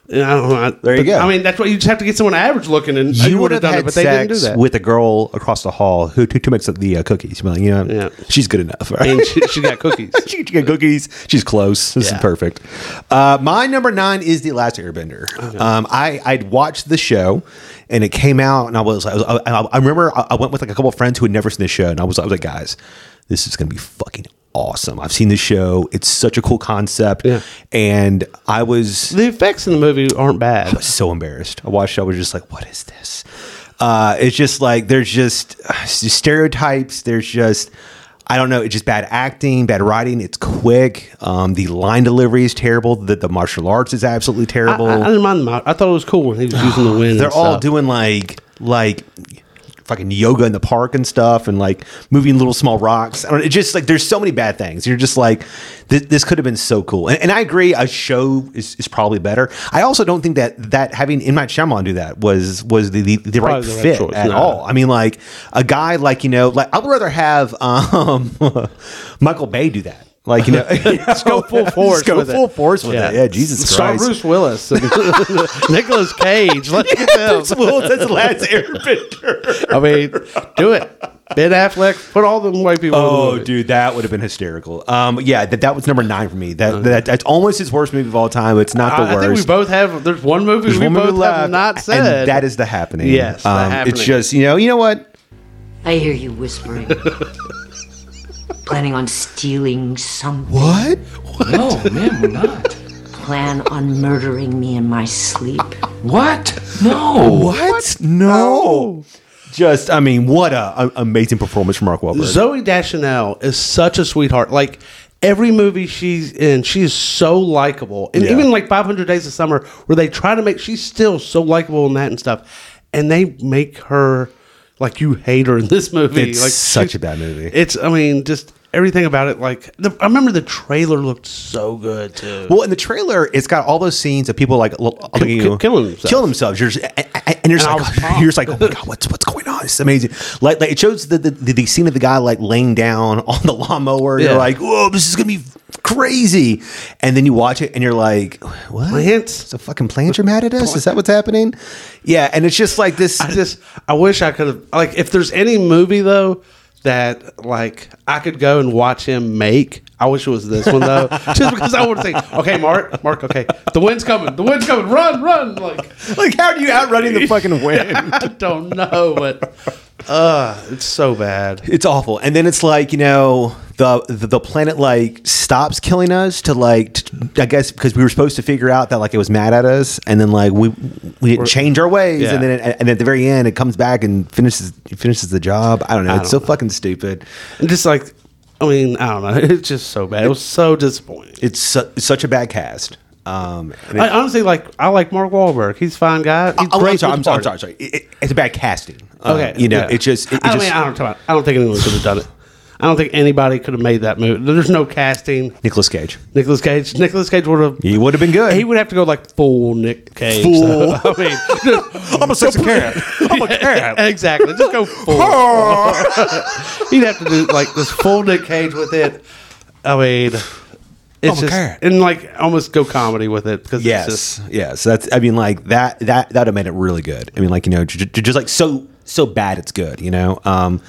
Speaker 2: And I don't know. I-
Speaker 1: There you
Speaker 2: but,
Speaker 1: go.
Speaker 2: I mean, that's why you just have to get someone average looking, and you, would have done it, but they didn't do that.
Speaker 1: with a girl across the hall who who, who makes the uh, cookies. You're like, you know,
Speaker 2: Yeah.
Speaker 1: she's good enough. right?
Speaker 2: and she, she got cookies.
Speaker 1: she she got cookies. She's close. This
Speaker 2: Yeah.
Speaker 1: is perfect. Uh, my number nine is the Last Airbender. Um, I I'd watched the show, and it came out, and I was I, was, I, I I remember I I went with like a couple of friends who had never seen the show, and I was I was like, guys, this is gonna be fucking awesome. I've seen the show. It's such a cool concept,
Speaker 2: Yeah.
Speaker 1: and I was
Speaker 2: The effects in the movie aren't bad.
Speaker 1: was so embarrassed. I watched. it, I was just like, "What is this?" Uh, it's just like there's just uh, stereotypes. There's just I don't know. It's just bad acting, bad writing. It's quick. Um, the line delivery is terrible. The, the martial arts is absolutely
Speaker 2: I,
Speaker 1: terrible.
Speaker 2: I didn't mind them. I, I thought it was cool when he was using the wind.
Speaker 1: They're
Speaker 2: and
Speaker 1: all
Speaker 2: stuff.
Speaker 1: doing like like fucking yoga in the park and stuff, and like moving little small rocks. I don't. It's just like there's so many bad things. You're just like this, this could have been so cool. And, and I agree, a show is, is probably better. I also don't think that that having in my Shyamalan do that was was the the, the right
Speaker 2: Probably the right
Speaker 1: fit
Speaker 2: choice,
Speaker 1: at
Speaker 2: no.
Speaker 1: all. I mean, like a guy like you know, like I would rather have um, Michael Bay do that. Like you know, just
Speaker 2: go full force
Speaker 1: go
Speaker 2: with it.
Speaker 1: full force with
Speaker 2: Yeah.
Speaker 1: it. Yeah, Jesus
Speaker 2: Star
Speaker 1: Christ.
Speaker 2: Bruce Willis, and Nicolas Cage. Let's get them.
Speaker 1: Bruce Willis as the last airbender.
Speaker 2: I mean, do it. Ben Affleck, put all them white people. in the
Speaker 1: Oh,
Speaker 2: movie.
Speaker 1: dude, that would have been hysterical. Um, yeah, that, that was number nine for me. That, that that's almost his worst movie of all time. It's not the
Speaker 2: Uh. I, I
Speaker 1: worst.
Speaker 2: think we both have. There's one movie
Speaker 1: There's
Speaker 2: we
Speaker 1: one movie
Speaker 2: both have
Speaker 1: left,
Speaker 2: not said.
Speaker 1: and that is the happening. Um,
Speaker 2: Yes, The
Speaker 1: it's
Speaker 2: Happening.
Speaker 1: just you know, you know what?
Speaker 4: I hear you whispering. Planning on stealing something.
Speaker 1: What?
Speaker 5: No, ma'am, we're not.
Speaker 4: Plan on murdering me in my sleep.
Speaker 5: What? No.
Speaker 1: What? No. Just, I mean, what a, a- amazing performance from Mark Wahlberg.
Speaker 2: Zoe Dashanel is such a sweetheart. Like every movie she's in, she is so likable. And
Speaker 1: Yeah.
Speaker 2: even like 500 Days of Summer, where they try to make, she's still so likable in that and stuff. And they make her like you hate her in this movie.
Speaker 1: It's
Speaker 2: like
Speaker 1: such
Speaker 2: she-
Speaker 1: a bad movie.
Speaker 2: It's, I mean, just everything about it. Like the, I remember the trailer looked so good too.
Speaker 1: Well, in the trailer, it's got all those scenes of people like l- like, you know,
Speaker 2: killing themselves.
Speaker 1: Kill themselves. You're just, and, and- and you're just
Speaker 2: And I was
Speaker 1: like, you're just like, oh my god, what's what's going on? It's amazing. Like, like it shows the, the the scene of the guy like laying down on the lawnmower.
Speaker 2: Yeah.
Speaker 1: You're like, whoa, this is gonna be crazy. And then you watch it, and you're like, what?
Speaker 2: Plants?
Speaker 1: It's a fucking plant you're mad at us? Is that what's happening? Yeah, and it's just like this.
Speaker 2: I just I wish I could have like if there's any movie though that like I could go and watch him make. I wish it was this one though, just because I would say, okay, Mark, Mark, okay, the wind's coming, the wind's coming, run, run, like
Speaker 1: like, how are you outrunning the fucking wind?
Speaker 2: I don't know, but uh, it's so bad.
Speaker 1: It's awful. And then it's like, you know, the the, the planet like stops killing us to like t- I guess because we were supposed to figure out that like it was mad at us and then like we we didn't change our ways
Speaker 2: Yeah.
Speaker 1: and then it, and at the very end it comes back and finishes finishes the job. I don't know. it's so fucking stupid.
Speaker 2: And just like I mean, I don't know, it's just so bad. It was so disappointing.
Speaker 1: It's, su- it's such a bad cast. Um and it-
Speaker 2: I honestly like I like Mark Wahlberg. He's a fine guy. He's
Speaker 1: Oh,
Speaker 2: great
Speaker 1: I'm
Speaker 2: with
Speaker 1: sorry. I'm sorry.
Speaker 2: the
Speaker 1: I'm
Speaker 2: part.
Speaker 1: sorry. sorry. It- it- it's a bad casting. Um,
Speaker 2: Okay,
Speaker 1: you know,
Speaker 2: yeah.
Speaker 1: it just. It, it
Speaker 2: I
Speaker 1: just
Speaker 2: mean, I don't, I don't think anyone could have done it. I don't think anybody could have made that move. There's no casting.
Speaker 1: Nicholas Cage.
Speaker 2: Nicholas Cage. Nicholas Cage would have.
Speaker 1: He would have been good.
Speaker 2: He would have to go like full Nick Cage.
Speaker 1: Full.
Speaker 2: though. I mean, just-
Speaker 1: I'm a sexy cat. I'm a cat.
Speaker 2: exactly. Just go full. He'd have to do like this full Nick Cage with it. I mean, it's
Speaker 1: a
Speaker 2: just
Speaker 1: cat.
Speaker 2: and like almost go comedy with it because
Speaker 1: Yes, yes. That's. I mean, like that. That that made it really good. I mean, like you know, j- j- just like so so bad. It's good. You know. Um,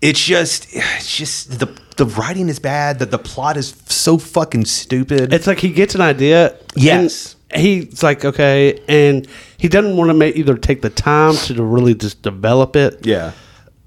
Speaker 1: it's just it's just the the writing is bad. That the plot is so fucking stupid.
Speaker 2: It's like he gets an idea.
Speaker 1: Yes.
Speaker 2: and He's like, okay. And he doesn't want to make either take the time to really just develop it.
Speaker 1: yeah.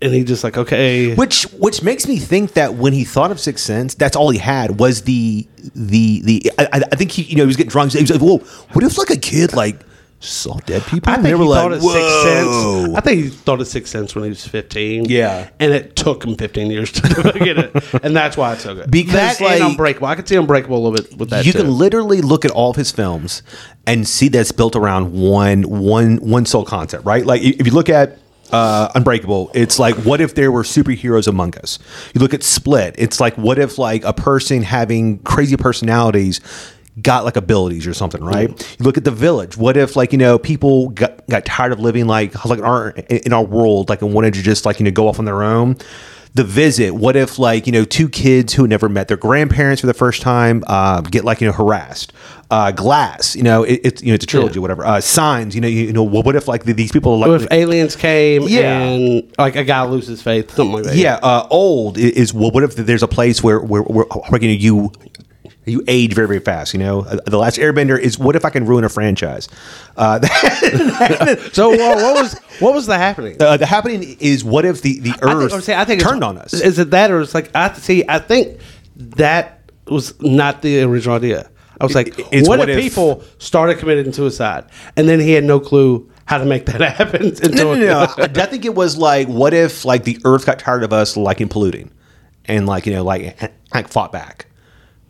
Speaker 2: and he just like okay,
Speaker 1: Which which makes me think that when he thought of Sixth Sense, that's all he had was the the the. I, I- I think he you know he was getting drunk. He was like, "Whoa, what if like a kid like saw dead people?"
Speaker 2: I
Speaker 1: And
Speaker 2: think he
Speaker 1: were
Speaker 2: thought it six
Speaker 1: "Whoa."
Speaker 2: cents. I think he thought it six cents when he was fifteen.
Speaker 1: Yeah.
Speaker 2: and it took him fifteen years to get it, and that's why it's so good.
Speaker 1: Because,
Speaker 2: that
Speaker 1: like-
Speaker 2: and Unbreakable, I could see Unbreakable a little bit with that.
Speaker 1: you
Speaker 2: too.
Speaker 1: can literally look at all of his films and see that's built around one one one sole concept, right? Like if you look at uh, Unbreakable, it's like what if there were superheroes among us? You look at Split, it's like what if like a person having crazy personalities got like abilities or something, right? You look at The Village, what if like you know people got, got tired of living like like in our in our world like and wanted to just like you know go off on their own the visit what if like you know two kids who never met their grandparents for the first time uh, get like you know harassed uh, glass you know it, it's you know it's a trilogy
Speaker 2: Yeah.
Speaker 1: whatever uh, signs you know you, you know what, what if like the, these people are
Speaker 2: But
Speaker 1: like
Speaker 2: if aliens came
Speaker 1: Yeah.
Speaker 2: and like a guy loses faith, something like that.
Speaker 1: yeah uh, old i- is well, what if there's a place where where, where, where you, know, you you age very very fast you know Uh, the last airbender is what if i can ruin a franchise uh,
Speaker 2: So uh, what was what was the happening?
Speaker 1: uh, the happening is what if the the
Speaker 2: I think,
Speaker 1: earth
Speaker 2: I'm saying, I think it's-
Speaker 1: turned on us
Speaker 2: Is it that or it's like I see? I think that was not the original idea. I was like,
Speaker 1: It- it's
Speaker 2: what,
Speaker 1: what
Speaker 2: if,
Speaker 1: if-
Speaker 2: people started committing suicide and then he had no clue how to make that happen?
Speaker 1: No, no,
Speaker 2: until-
Speaker 1: no. I, I think it was like, what if like the Earth got tired of us like and polluting, and like you know like like fought back,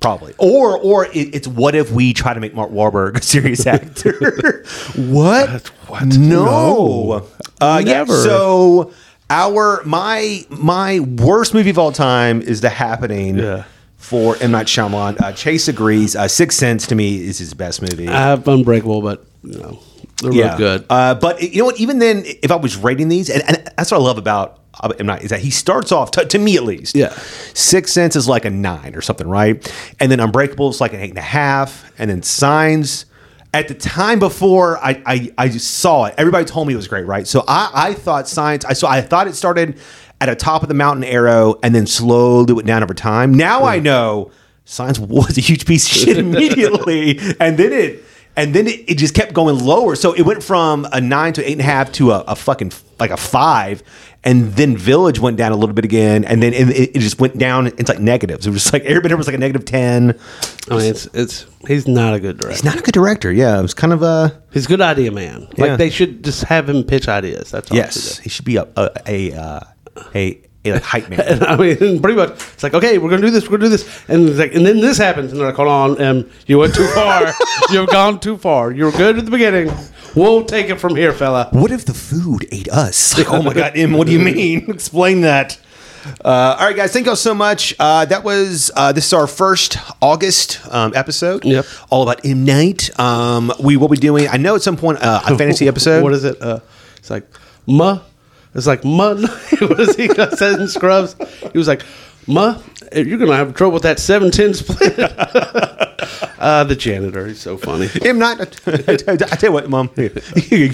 Speaker 1: probably. Or or it, it's what if we try to make Mark Wahlberg a serious actor? what?
Speaker 2: What?
Speaker 1: No. Uh, yeah.
Speaker 2: Never.
Speaker 1: So our my my worst movie of all time is The Happening.
Speaker 2: Yeah.
Speaker 1: For M Night Shyamalan, uh, Chase agrees. Uh, Sixth Sense to me is his best movie.
Speaker 2: I have Unbreakable, but you know, they're real good.
Speaker 1: Uh, but you know what? Even then, if I was rating these, and, and that's what I love about uh, M Night is that he starts off to, to me at least.
Speaker 2: Yeah.
Speaker 1: Six Sense is like a nine or something, right? And then Unbreakable is like an eight and a half, and then Signs. At the time before I, I, I just saw it, everybody told me it was great, right? So I, I thought Signs. I so I thought it started at a top of the mountain arrow and then slowly went down over time. Now I know Signs was a huge piece of shit immediately, and then it and then it, it just kept going lower. So it went from a nine to eight and a half to a, a fucking like a five, and then Village went down a little bit again, and then it, it it just went down. It's like negatives. It was like Airbender was like a negative ten.
Speaker 2: I mean, it's it's he's not a good director.
Speaker 1: He's not a good director. Yeah, it was kind of a
Speaker 2: He's a good idea man. Like
Speaker 1: Yeah.
Speaker 2: they should just have him pitch ideas. That's all he should do.
Speaker 1: yes. He should be a a a, uh, a, a like hype man.
Speaker 2: I mean, pretty much, it's like, okay, we're gonna do this, we're gonna do this, and it's like, and then this happens, and they're like, hold on, um, you went too far, you've gone too far, you were good at the beginning, we'll take it from here, fella.
Speaker 1: Uh, What if the food ate us? Like, oh my God, Em, what do you mean? Explain that. Uh, all right, guys, thank y'all so much. Uh, that was uh, this is our first August um, episode.
Speaker 2: Yep.
Speaker 1: All about M Night. Um, we will be doing. I know at some point uh, a fantasy episode.
Speaker 2: What is it? Uh, it's like, ma, it's like ma. what is he gonna say in Scrubs? He was like, ma, you're gonna have trouble with that seven ten split. uh, the janitor, he's so funny.
Speaker 1: M Night. I tell you what, Mom. You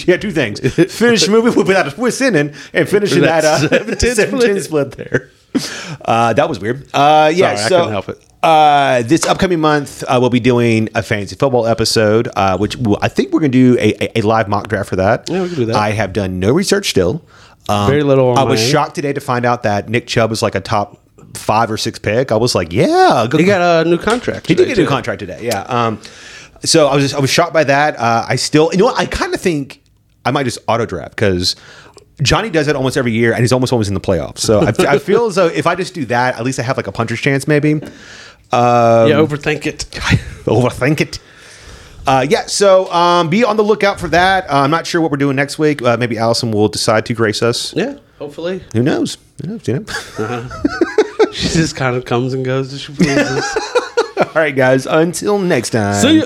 Speaker 1: got two things: finish the movie without a twist ending, and finish it at
Speaker 2: That's
Speaker 1: uh,
Speaker 2: seven ten
Speaker 1: 17
Speaker 2: split.
Speaker 1: split there. Uh, that was weird. Uh, yeah,
Speaker 2: Sorry, I
Speaker 1: so,
Speaker 2: couldn't help it.
Speaker 1: Uh, this upcoming month, uh, we'll be doing a fantasy football episode, uh, which we'll, I think we're going to do a, a, a live mock draft for that.
Speaker 2: Yeah, we can do that.
Speaker 1: I have done no research still. Um,
Speaker 2: Very little on
Speaker 1: I was
Speaker 2: my end.
Speaker 1: shocked today to find out that Nick Chubb is like a top five or six pick. I was like, yeah, go,
Speaker 2: He got a new contract.
Speaker 1: he did
Speaker 2: today,
Speaker 1: get a new
Speaker 2: too.
Speaker 1: contract today. Yeah. Um, so I was I was shocked by that. Uh, I still, you know, what? I kind of think I might just auto draft because Johnny does it almost every year, and he's almost always in the playoffs. So I, I feel as though if I just do that, at least I have like a puncher's chance, maybe.
Speaker 2: yeah,
Speaker 1: um,
Speaker 2: overthink it.
Speaker 1: Overthink it. Uh, yeah, so um, be on the lookout for that. Uh, I'm not sure what we're doing next week. Uh, maybe Allison will decide to grace us.
Speaker 2: yeah, hopefully.
Speaker 1: Who knows? Who knows? You know.
Speaker 2: She just kind of comes and goes as she pleases.
Speaker 1: All right, guys. Until next time.
Speaker 2: See ya.